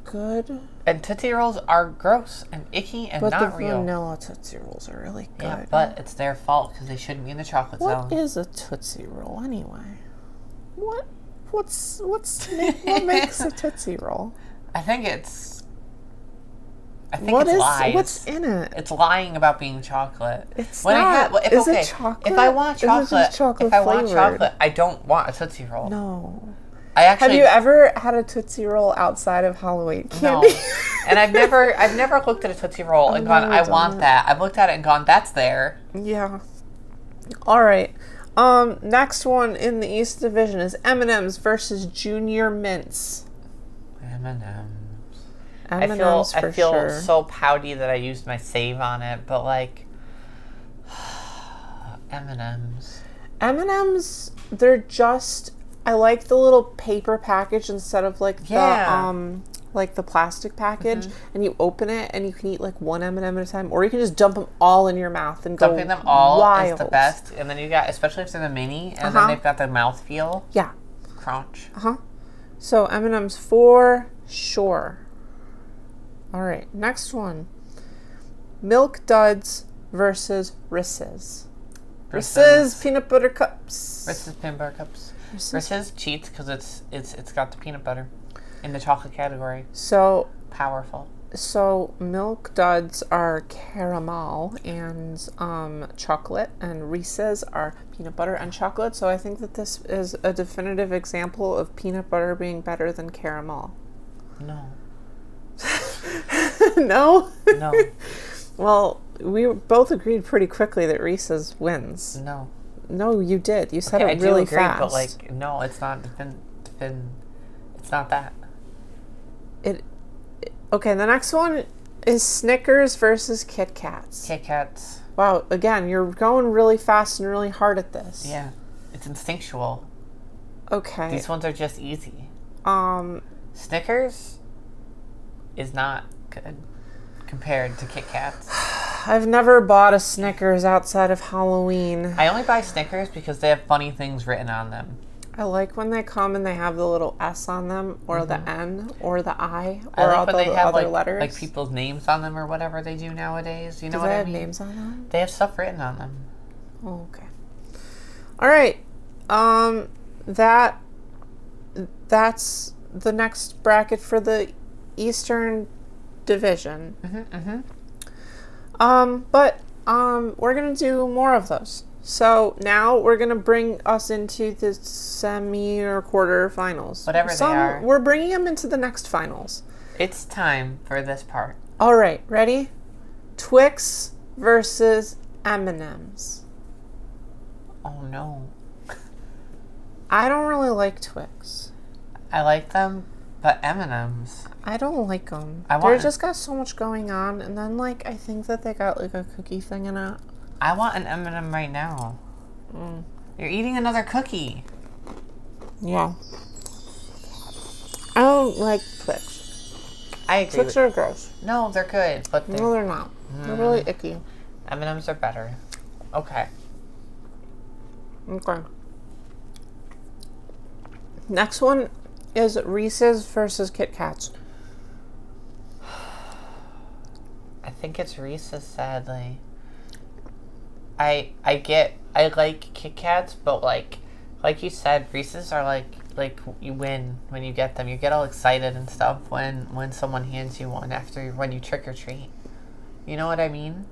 B: good,
C: and Tootsie rolls are gross and icky and
B: but
C: not
B: the
C: real.
B: vanilla Tootsie Rolls are really good.
C: Yeah, but it's their fault because they shouldn't be in the chocolate
B: what
C: zone.
B: is a Tootsie Roll anyway? What? What's what's what makes a Tootsie Roll?
C: I think it's. I think
B: What
C: it's
B: is
C: lies.
B: what's in it?
C: It's lying about being chocolate.
B: It's
C: I
B: not.
C: well, if,
B: Is it
C: okay,
B: chocolate?
C: If I want
B: It isn't
C: chocolate,
B: chocolate
C: if I want
B: flavored.
C: chocolate, I don't want a tootsie roll.
B: No.
C: I
B: Have
C: actually
B: you ever had a Tootsie Roll outside of Halloween
C: no.
B: candy?
C: and I've never, I've never looked at a tootsie roll and gone,
B: never
C: I
B: done
C: want that. I've looked at it and gone, that's there.
B: Yeah. All right. Um, next one in the East Division is M&M's versus Junior Mints.
C: M&M. I
B: M&M's
C: feel,
B: for
C: I feel
B: sure.
C: so pouty that I used my save on it, but like, M&M's.
B: M&M's, they're just. I like the little paper package instead of like the
C: Yeah. Mm-hmm.
B: um like the plastic package, and you open it and you can eat like one M and M at a time, or you can just dump them all in your mouth and go
C: Dumping them all
B: wild.
C: is the best, and then you got, especially if they're the mini, and
B: Uh-huh.
C: then they've got the mouthfeel
B: Yeah.
C: crunch.
B: So M and M's for sure. All right, next one. Milk duds versus Risses. Risses peanut butter cups.
C: Versus peanut butter cups. Versus cheats because it's it's it's got the peanut butter in the chocolate category.
B: So
C: Powerful.
B: so milk duds are caramel and um, chocolate, and Reese's are peanut butter and chocolate. So I think that this is a definitive example of peanut butter being better than caramel.
C: No,
B: no.
C: no,
B: Well, we both agreed pretty quickly that Reese's wins.
C: no.
B: No, you did. You said
C: Okay, I
B: it really
C: do agree,
B: fast.
C: but like, no, it's not defin- defin- It's not that.
B: it, it- Okay, the next one is Snickers versus Kit Kats.
C: Kit Kats.
B: Wow, again, you're going really fast and really hard at this.
C: Yeah, it's instinctual.
B: Okay.
C: These ones are just easy.
B: um,
C: Snickers is not good compared to Kit Kats.
B: I've never bought a Snickers outside of Halloween.
C: I only buy Snickers because they have funny things written on them.
B: I like when they come and they have the little S on them, or the N, or the I, or
C: Mm-hmm. I like
B: all
C: when
B: the
C: they have
B: other
C: like,
B: letters.
C: like people's names on them or whatever they do nowadays. You
B: Do
C: know what
B: they
C: I
B: have
C: mean?
B: names on them?
C: They have stuff written on them.
B: Oh, okay. All right. Um, that that's the next bracket for the Eastern Division. Mm-hmm, Um, but um, we're gonna do more of those. So now we're gonna bring us into the semi or quarter finals.
C: Whatever they
B: Some,
C: are.
B: We're bringing them into the next finals.
C: It's time for this part.
B: All right, ready? Twix versus M&M's.
C: Oh no.
B: I don't really like Twix.
C: I like them, but M&M's.
B: I don't like them.
C: I
B: They're
C: want-
B: just got so much going on, and then like I think that they got like a cookie thing in it.
C: I want an M&M right now.
B: Mm.
C: You're eating another cookie.
B: Yeah. I don't like Twix.
C: I agree.
B: Twix
C: with-
B: are gross.
C: no, they're good, but they're,
B: No, they're not. They're really icky.
C: M&M's are better. Okay.
B: Okay. Next one is Reese's versus Kit Kats.
C: I think it's Reese's. Sadly, I I get I like Kit Kats, but like like you said, Reese's are like like you win when you get them. You get all excited and stuff when when someone hands you one after when you trick or treat. You know what I mean?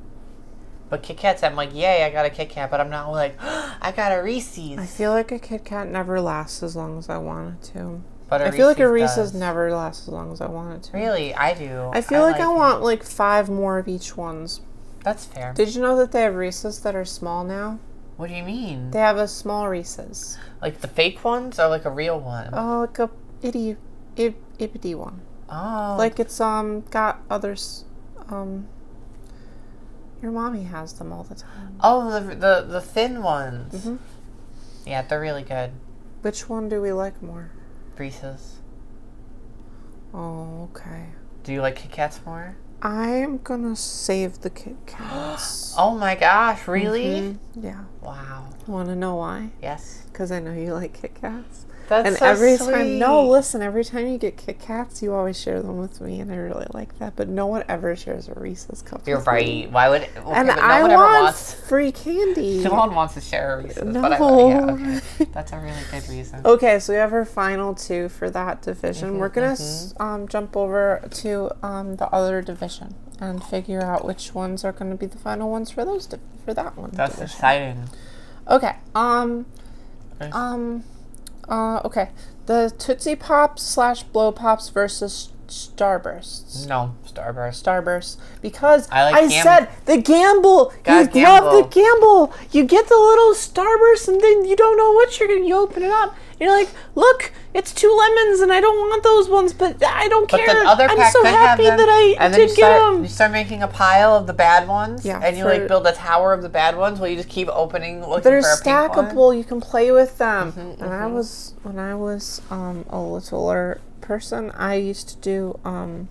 C: But Kit Kats, I'm like, yay, I got a Kit Kat, but I'm not like, I got a
B: I
C: Reese's.
B: feel like a Kit Kat never lasts as long as I want it to.
C: But
B: I feel like a Reese's
C: does.
B: never lasts as long as I want it to.
C: Really, I do.
B: I feel like I
C: it.
B: want like five more of each ones
C: That's fair.
B: Did you know that they have Reese's that are small now?
C: What do you mean?
B: They have a small Reese's.
C: Like the fake ones or like a real one?
B: Oh, like a itty, ib, ibbity one.
C: oh,
B: Like it's um got others. Um, your mommy has them all the time.
C: Oh, the the, the thin ones.
B: Mm-hmm.
C: Yeah, they're really good.
B: Which one do we like more?
C: Reese's.
B: Oh, okay.
C: Do you like Kit Kats more?
B: I'm gonna save the Kit Kats.
C: Oh my gosh, really?
B: yeah.
C: Wow.
B: Want to know why?
C: Yes.
B: Because I know you like Kit Kats.
C: That's
B: And
C: so
B: every
C: sweet.
B: time, no, listen, every time you get Kit Kats, you always share them with me, and I really like that. But no one ever shares a Reese's cup.
C: You're
B: with me.
C: right. Why would okay,
B: And
C: but no
B: I
C: one
B: want
C: ever wants
B: free candy.
C: no one wants to share a reason. But I,
B: No.
C: yeah, okay. That's a really good reason.
B: Okay, so we have our final two for that division. We're gonna s um, jump over to um, the other division and figure out which ones are gonna be the final ones for those div- for that one.
C: That's
B: division.
C: exciting.
B: Okay. Um.
C: Nice.
B: Um. Uh. Okay. The Tootsie Pops slash Blow Pops versus Starbursts.
C: No, Starburst.
B: Starbursts because I,
C: I like gam-
B: said the gamble.
C: God,
B: you love the gamble. You get the little Starburst and then you don't know what you're gonna. You open it up. You're like, look, it's two lemons, and I don't want those ones, but I don't
C: But
B: care.
C: the other
B: I'm
C: pack
B: so
C: could
B: happy
C: have them,
B: that I
C: and then
B: did
C: you start,
B: get them.
C: You start making a pile of the bad ones,
B: Yeah,
C: and you
B: for-
C: like build a tower of the bad ones. While you just keep opening, looking
B: They're
C: for a pink one. Mm-hmm,
B: stackable. You can play with them. When I was when I was um, a littler person, I used to do. Um,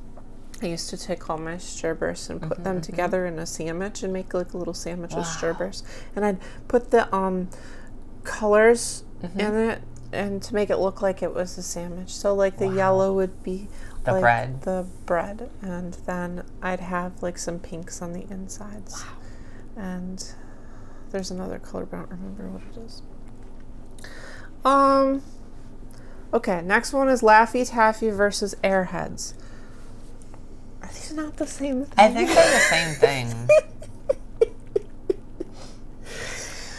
B: I used to take all my Starbursts and put
C: Mm-hmm,
B: them together in a sandwich and make like a little sandwich of Starbursts, and I'd put the um, colors
C: Mm-hmm.
B: in it and to make it look like it was a sandwich. So like the yellow would be.
C: The
B: like,
C: bread.
B: The bread. And then I'd have like some pinks on the insides. And there's another color, but I don't remember what it is. Um. Okay, next one is Laffy Taffy versus Airheads. Are these not the same thing?
C: I think they're the same thing.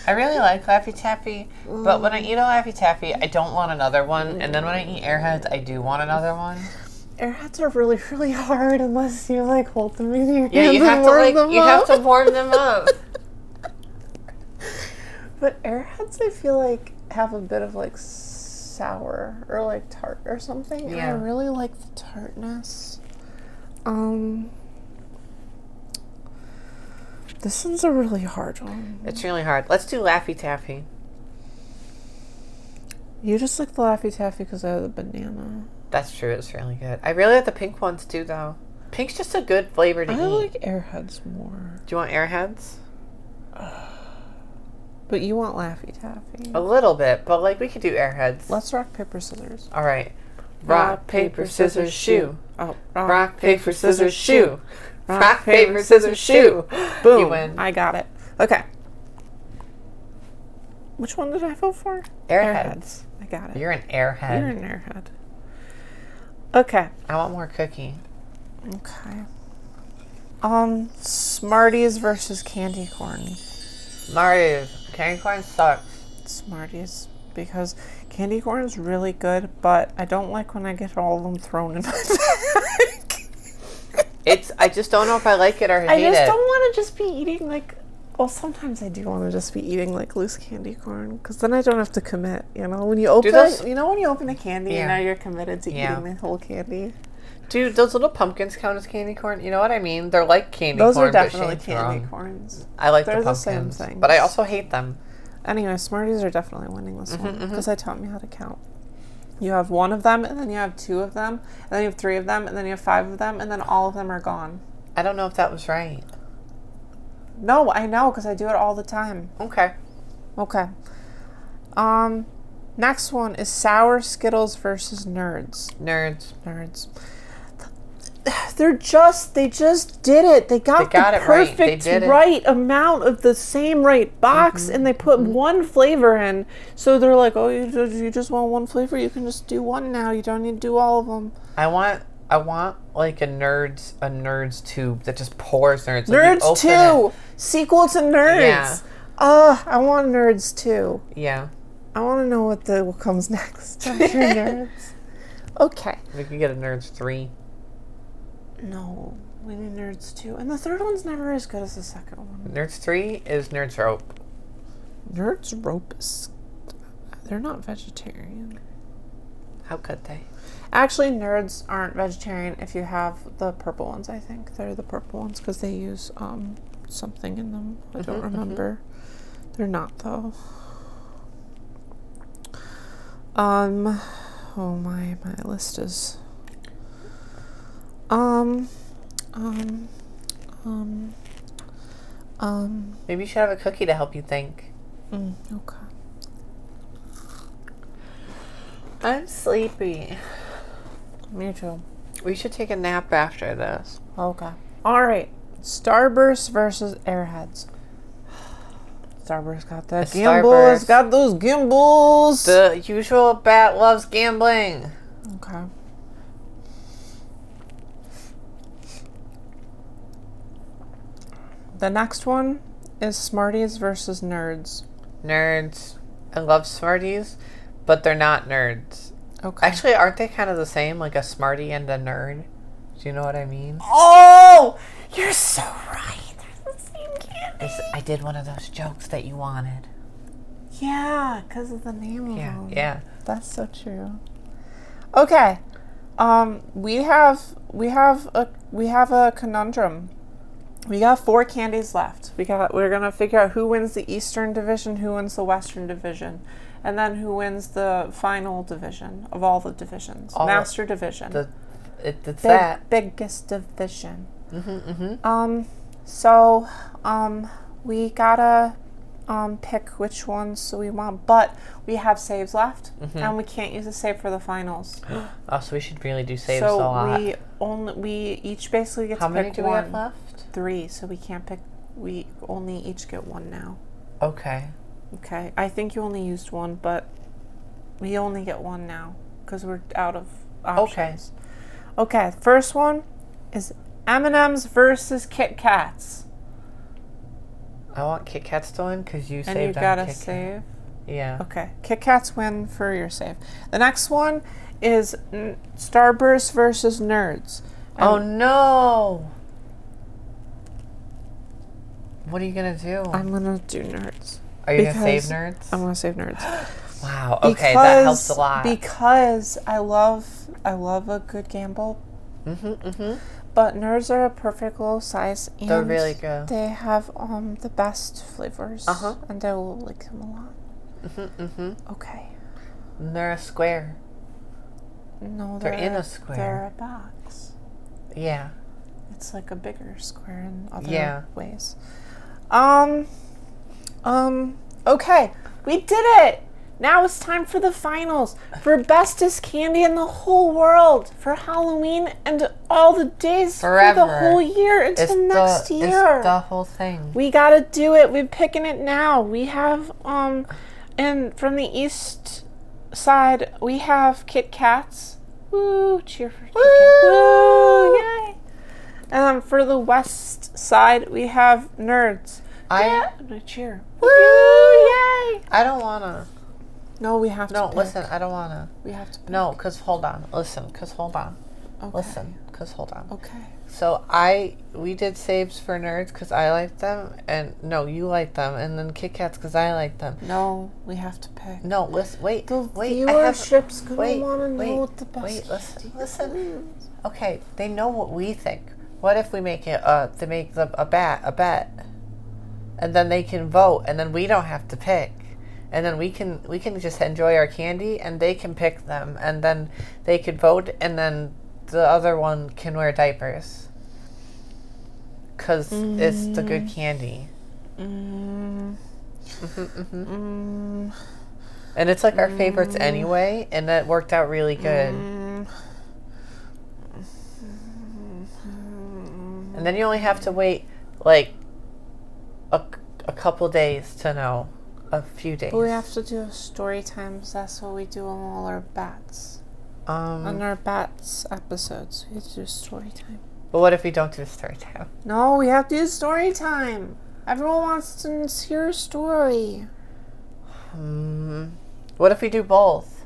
C: I really like Laffy Taffy, but
B: Mm.
C: when I eat a Laffy Taffy, I don't want another one. And then when I eat Airheads, I do want another one.
B: Airheads are really, really hard unless you like hold them in your
C: Yeah,
B: hands
C: you
B: and
C: have to
B: warm
C: like
B: them
C: you have
B: up.
C: to warm them up.
B: But airheads, I feel like have a bit of like sour or like tart or something. And I
C: Yeah.
B: really like the tartness. Um, this one's a really hard one.
C: It's really hard. Let's do Laffy Taffy.
B: You just like the Laffy Taffy because I have the banana.
C: That's true. It's really good. I really like the pink ones too, though. Pink's just a good flavor to
B: I
C: eat.
B: like airheads more,
C: do you want Airheads?
B: but you want Laffy Taffy.
C: A little bit, but like we could do Airheads.
B: Let's rock paper scissors.
C: All right. Rock, paper, scissors, shoe.
B: Oh,
C: Rock, paper, scissors, shoe. Rock, paper, scissors, shoe.
B: Boom.
C: You win.
B: I got it. Okay. Which one did I vote for?
C: Airheads.
B: I got it.
C: You're an airhead.
B: You're an airhead. Okay.
C: I want more cookie.
B: Okay. Um, Smarties versus candy corn.
C: Mario's candy corn sucks.
B: Smarties because candy corn is really good, but I don't like when I get all of them thrown in my bag.
C: It's. I just don't know if I like it or hate
B: I just
C: it.
B: don't want to just be eating like. Well, sometimes I do want to just be eating like loose candy corn because then I don't have to commit. You know, when you open,
C: those-
B: you know, when you open a candy,
C: Yeah.
B: and now you're committed to
C: Yeah.
B: eating the whole candy.
C: Dude, those little pumpkins count as candy corn. You know what I mean? They're like candy
B: Those
C: corn.
B: are
C: but
B: definitely
C: shaped
B: candy
C: wrong.
B: corns.
C: I like
B: They're
C: the
B: the same
C: pumpkins,
B: things.
C: but I also hate them.
B: Anyway, Smarties are definitely winning this
C: Mm-hmm,
B: one because I taught me how to count. You have one of them, and then you have two of them, and then you have three of them, and then you have five of them, and then all of them are gone.
C: I don't know if that was right.
B: No, I know because I do it all the time.
C: Okay.
B: Okay. Um, next one is sour Skittles versus Nerds.
C: Nerds.
B: Nerds. They're just they just did it. They got,
C: They got
B: the
C: it right. They
B: perfect
C: did
B: right,
C: it. Mm-hmm.
B: amount of the same right box, and they put one flavor in. So they're like, oh, you just, you just want one flavor? You can just do one now. You don't need to do all of them.
C: I want. I want like a nerds a nerds tube that just pours nerds. Like, you
B: Nerds
C: open it-
B: two sequel to Nerds.
C: Yeah.
B: Ugh, I want Nerds two.
C: Yeah.
B: I want to know what the what comes next after Nerds. Okay.
C: We could get a nerds three.
B: No, we need Nerds two, and the third one's never as good as the second one.
C: Nerds three is nerds rope.
B: Nerds rope is. They're not vegetarian.
C: How could they?
B: Actually, nerds aren't vegetarian if you have the purple ones, I think. They're the purple ones because they use um, something in them. I don't remember. They're not, though. Um, oh my, my list is. Um, um, um, um,
C: Maybe you should have a cookie to help you think.
B: mm, okay.
C: I'm sleepy.
B: Me too.
C: We should take a nap after this.
B: Okay. All right. Starburst versus Airheads. Starburst got that
C: The
B: gimbals.
C: Starburst.
B: Got those gimbals.
C: The usual bat loves gambling.
B: okay. The next one is Smarties versus Nerds.
C: Nerds. I love Smarties, but they're not nerds.
B: Okay.
C: Actually, aren't they kind of the same? Like a Smartie and a nerd? Do you know what I mean?
B: oh, you're so right. They're the same candy.
C: This- I did one of those jokes that you wanted.
B: Yeah, because of the name of
C: Yeah.
B: them.
C: Yeah.
B: That's so true. Okay. Um we have we have a we have a conundrum. We got four candies left. We got we're going to figure out who wins the Eastern Division, who wins the Western Division, and then who wins the final division of all the divisions. Master Division.
C: The, it,
B: big,
C: it's that.
B: biggest division. Um so um we got to um, pick which ones we want, but we have saves left, and we can't use a save for the finals.
C: Oh, so we should really do saves a
B: so
C: lot.
B: we only we each basically get
C: How
B: to
C: many
B: pick
C: do we
B: one,
C: have left?
B: three. So we can't pick. We only each get one now.
C: Okay.
B: Okay, I think you only used one, but we only get one now because we're out of options. Okay. Okay, first one is M and M's versus Kit Kats,
C: I want Kit Kat stolen because you
B: and
C: saved
B: you
C: on
B: gotta
C: Kit Kat.
B: save.
C: Yeah.
B: Okay, Kit Kats win for your save. The next one is n- Starburst versus Nerds.
C: Oh no! What are you gonna do?
B: I'm gonna do Nerds.
C: are you gonna save
B: because
C: nerds?
B: I'm gonna save Nerds.
C: wow. Okay, that helps a
B: Because-
C: lot.
B: Because I love I love a good gamble. Mm-hmm, But nerds are a perfect little size. And
C: They're really good.
B: They have um the best flavors.
C: Uh-huh.
B: And I will like them a lot. Mm-hmm, Okay.
C: And they're a square.
B: No,
C: They're
B: they're,
C: in a
B: They're
C: square.
B: a box.
C: Yeah.
B: It's like a bigger square in other
C: Yeah.
B: ways. Um. Um. Okay, we did it. Now it's time for the finals for bestest candy in the whole world for Halloween and all the days for the
C: Forever.
B: whole year into
C: It's
B: next
C: the,
B: year.
C: It's the whole thing.
B: we gotta do it. We're picking it now. We have um, and from the east side we have Kit Kats. Woo! Cheer for Kit Kats. Woo! Yay! And then for the west side we have nerds.
C: I
B: No cheer.
C: Woo! Yay! I don't wanna.
B: No, we have to.
C: No,
B: pick.
C: listen. I don't wanna.
B: We have to. Pick.
C: No, cause hold on. Listen, cause hold on.
B: Okay.
C: Listen, cause hold on.
B: Okay.
C: So I we did saves for nerds because I like them, and no, you like them, and then Kit Kats because I like them.
B: No, we have to pick.
C: No, listen, wait,
B: The
C: wait. I have-
B: viewership's gonna
C: wait,
B: wanna know
C: wait,
B: what the best
C: Wait, listen,
B: candy
C: listen. Okay, they know what we think. What if we make it? Uh, they make the a bet, a bet, and then they can vote, and then we don't have to pick, and then we can we can just enjoy our candy, and they can pick them, and then they could vote, and then the other one can wear diapers. Cause it's the good candy,
B: Mm, mm,
C: and it's like our favorites anyway, and that worked out really good.
B: mm,
C: And then you only have to wait like a, c- a couple days to know. A few days.
B: But we have to do a story times. That's what we do on all our bats. On
C: um,
B: our bats episodes, we have to do story time.
C: but what if we don't do story time?
B: No, we have to do story time. Everyone wants to hear a story.
C: Mm, what if we do both?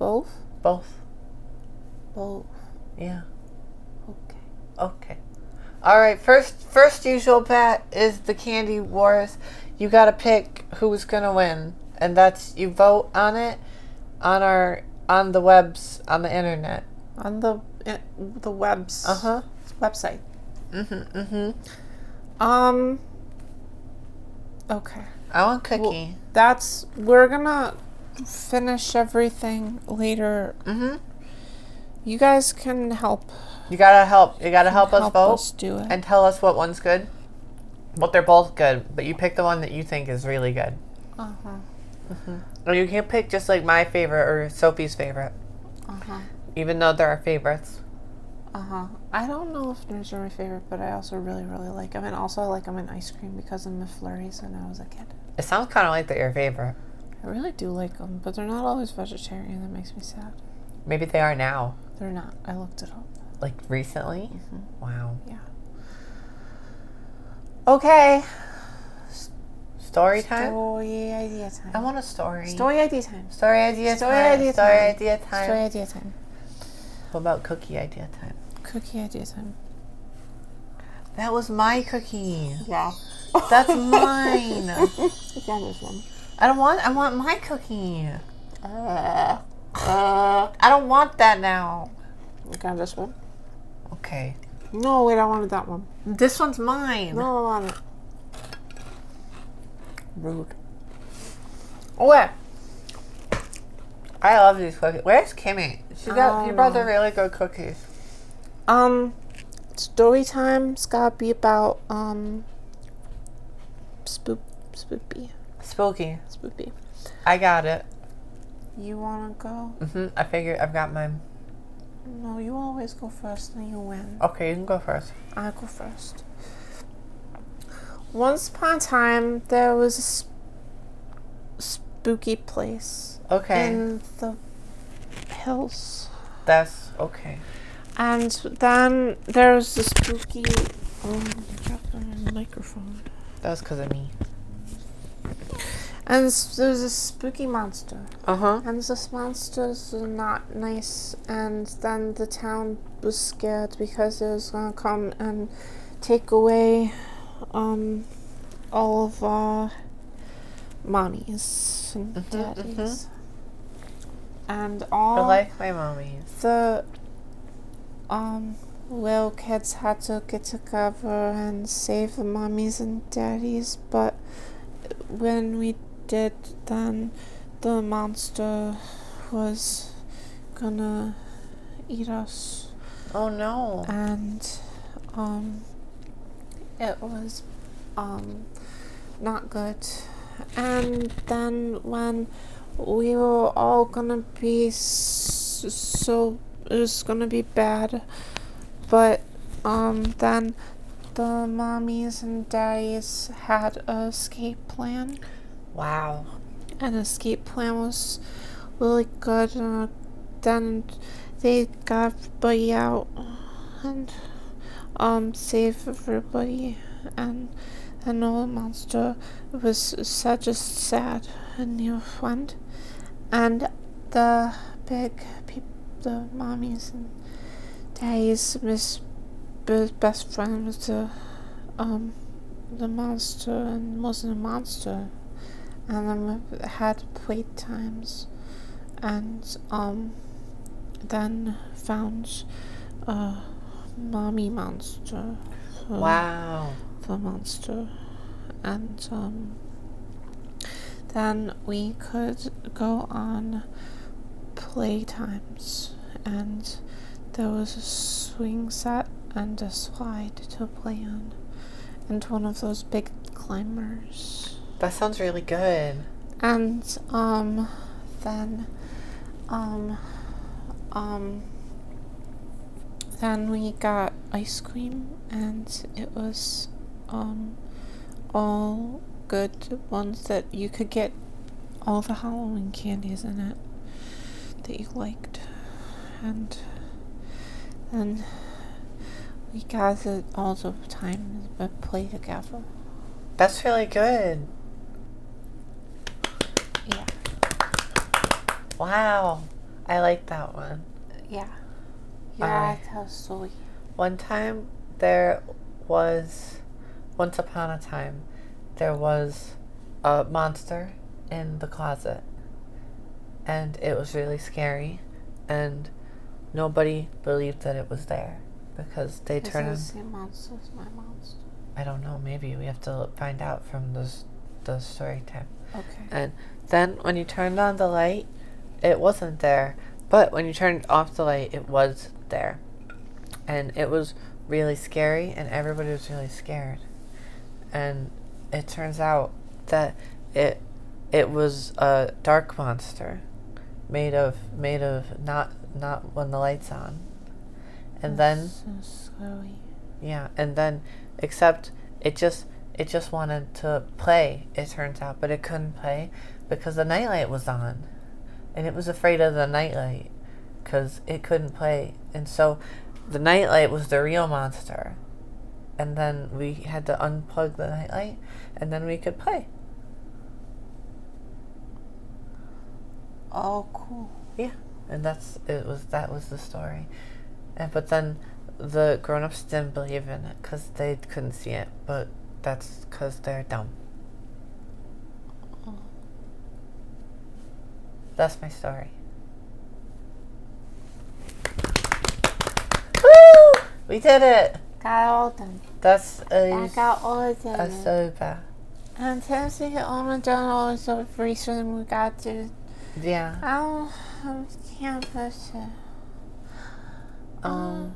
B: Both.
C: Both.
B: Both.
C: Yeah.
B: Okay.
C: Okay. All right. First, first usual bet is the candy wars. You gotta pick who's gonna win, and that's you vote on it on our on the webs on the internet.
B: On the eh, the webs.
C: Uh huh.
B: Website.
C: Mhm. Mhm.
B: Um. Okay.
C: I want cookie.
B: That's we're gonna finish everything later.
C: Mhm.
B: You guys can help
C: You gotta help. You gotta help, us
B: help
C: vote
B: us do it.
C: and tell us what one's good. But they're both good. But you pick the one that you think is really good.
B: uh-huh.
C: And And you can't pick just like my favorite or Sophie's favorite,
B: Uh huh.
C: even though there are favorites.
B: Uh huh. I don't know if nerds are my favorite, but I also really, really like them. And also, I like them in ice cream because of McFlurries when I was a kid.
C: It sounds kind of like they're your favorite.
B: I really do like them, but they're not always vegetarian. That makes me sad.
C: Maybe they are now,
B: They're not. I looked it up.
C: like recently. Mm-hmm. Wow.
B: Yeah.
C: Okay. S- Story time.
B: Story idea time.
C: I want a story.
B: Oh, Story idea time.
C: Story idea
B: Story
C: time.
B: idea
C: story
B: time.
C: idea time.
B: Story idea time.
C: What about cookie idea time?
B: Cookie idea time.
C: That was my cookie.
B: Yeah.
C: That's mine.
B: Yeah, there's one.
C: I don't want. I want my cookie.
B: Uh, uh.
C: I don't want that now.
B: You got this one?
C: Okay.
B: No, wait, I wanted that one.
C: This one's mine.
B: No, I want it. Rude.
C: What? I love these cookies. Where's Kimmy? She got.
B: I
C: She
B: don't
C: brought the
B: know.
C: really good cookies.
B: Um, story time's gotta be about, um, spoop, spoopy,
C: Spooky.
B: spoopy.
C: I got it.
B: You wanna go?
C: hmm I figured I've got mine.
B: No, you always go first and you win.
C: Okay, you can go first.
B: I go first. Once upon a time, there was a sp- spooky place
C: Okay.
B: in the hills.
C: That's okay.
B: And then there's this spooky. Oh, I dropped on my microphone.
C: That was because of me.
B: And s- there's this spooky monster.
C: Uh huh.
B: And this monster's not nice. And then the town was scared because it was gonna come and take away um, all of our mommies and daddies. And all.
C: I like my mommies.
B: the um little kids had to get together and save the mummies and daddies, but when we did, then the monster was gonna eat us,
C: Oh no.
B: and um, it was um not good. And then when we were all gonna be s- so it was gonna be bad, but um then the mommies and daddies had a escape plan.
C: Wow.
B: An escape plan was really good, and uh, then they got everybody out and um saved everybody, and and the monster was such a sad and new friend, and the big peop the mommies and daddies, Miss B's best friend was the um the monster and wasn't a monster and then we had wait times and um then found a mommy monster the-
C: Mm-hmm. Wow.
B: the monster and um then we could go on play times and there was a swing set and a slide to play on and one of those big climbers
C: That sounds really good.
B: and um then um um then we got ice cream and it was um all good ones that you could get all the Halloween candies in it that you liked and then we gathered all the time to play together.
C: That's really good.
B: Yeah.
C: Wow. I like that one.
B: Yeah.
C: I-
B: Yeah, that's so
C: One time there was, once upon a time, there was a monster in the closet. And it was really scary. And nobody believed that it was there because they
B: Is it
C: turned.
B: the same monster as my monster?
C: I don't know, maybe we have to find out from this, the story time.
B: Okay.
C: And then when you turned on the light, it wasn't there. But when you turned off the light, it was there. And it was really scary, and everybody was really scared. And it turns out that it It was a dark monster, made of made of not not when the lights on, and then yeah, and then except it just it just wanted to play. It turns out, but it couldn't play because the nightlight was on, and it was afraid of the nightlight because it couldn't play, and so the nightlight was the real monster, and then we had to unplug the nightlight, and then we could play.
D: Oh, cool.
C: Yeah, and that's it was that was the story, and but then the grown-ups didn't believe in it because they couldn't see it, but that's because they're dumb. That's my story. Woo! We did it.
A: Got all done.
C: That's
A: I
C: a,
A: got all done.
C: a soba.
A: I'm trying to get all done, all so recently we got to.
C: Yeah.
A: I don't, I can't push it.
C: Um.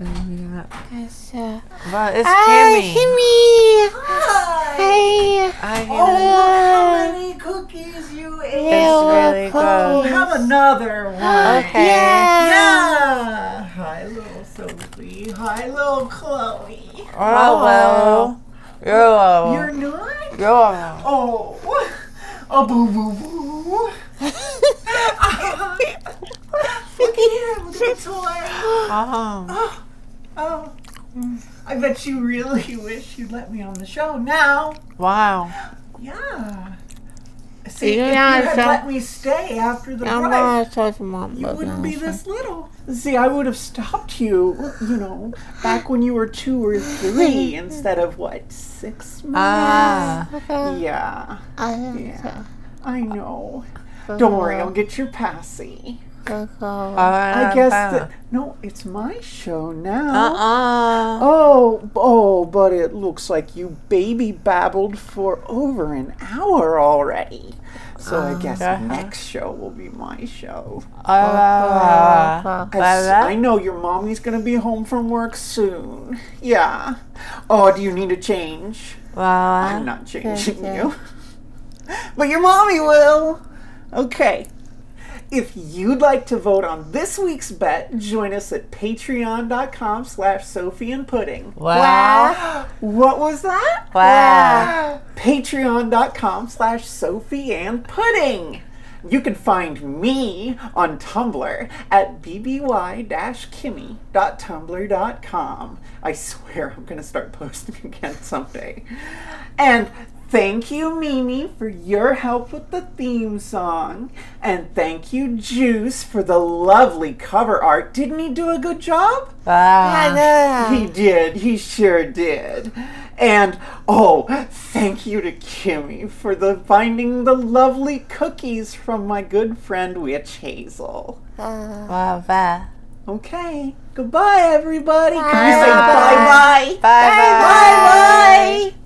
C: yeah.
A: Cause, uh,
C: But it's Kimmy.
A: Kimmy!
D: Hi.
A: Hey!
C: I
D: Oh,
C: know.
D: how many cookies you ate?
C: It's really
A: Hello,
C: good.
D: Have another one.
C: Okay.
A: Yeah!
D: Yeah. Hi, little Sophie. Hi, little Chloe.
C: Hello.
A: Oh.
C: Hello.
D: You're not?
C: Hello.
D: Oh. Oh, boo, boo, boo. Look at him with the toy.
C: Oh.
D: Oh. I bet you really wish you'd let me on the show now.
C: Wow.
D: Yeah. See,
A: Yeah,
D: if you had
A: so-
D: let me stay after the
A: I'm
D: ride,
A: gonna talk to mom
D: you
A: about
D: wouldn't be
A: that.
D: this little. See, I would have stopped you, you know, back when you were two or three instead of what six months.
C: Ah.
A: Okay.
D: yeah,
A: I am
D: yeah. I know. Don't worry, I'll get your passy.
A: so cool.
D: I guess that no, it's my show now.
C: Uh-uh.
D: Oh, oh, but it looks like you baby babbled for over an hour already. So I guess next show will be my show.
C: Uh-uh.
D: As
C: Bye-bye.
D: I know your mommy's gonna be home from work soon. Yeah. Oh, do you need a change? I'm
C: Wow.
D: not changing you. But your mommy will. Okay. If you'd like to vote on this week's bet, join us at patreon.com slash Sophie and Pudding.
C: Wow.
D: What was that?
C: Wow.
D: patreon.com slash sophie and pudding you can find me on tumblr at bby-kimmy.tumblr.com i swear i'm going to start posting again someday and thank you mimi for your help with the theme song and thank you juice for the lovely cover art didn't he do a good job
C: Wow.
D: he did. He sure did. And oh, thank you to Kimmy for the finding the lovely cookies from my good friend Witch Hazel.
C: Wow.
D: Okay, goodbye everybody. Can you say bye bye?
C: Bye-bye.
D: Bye bye.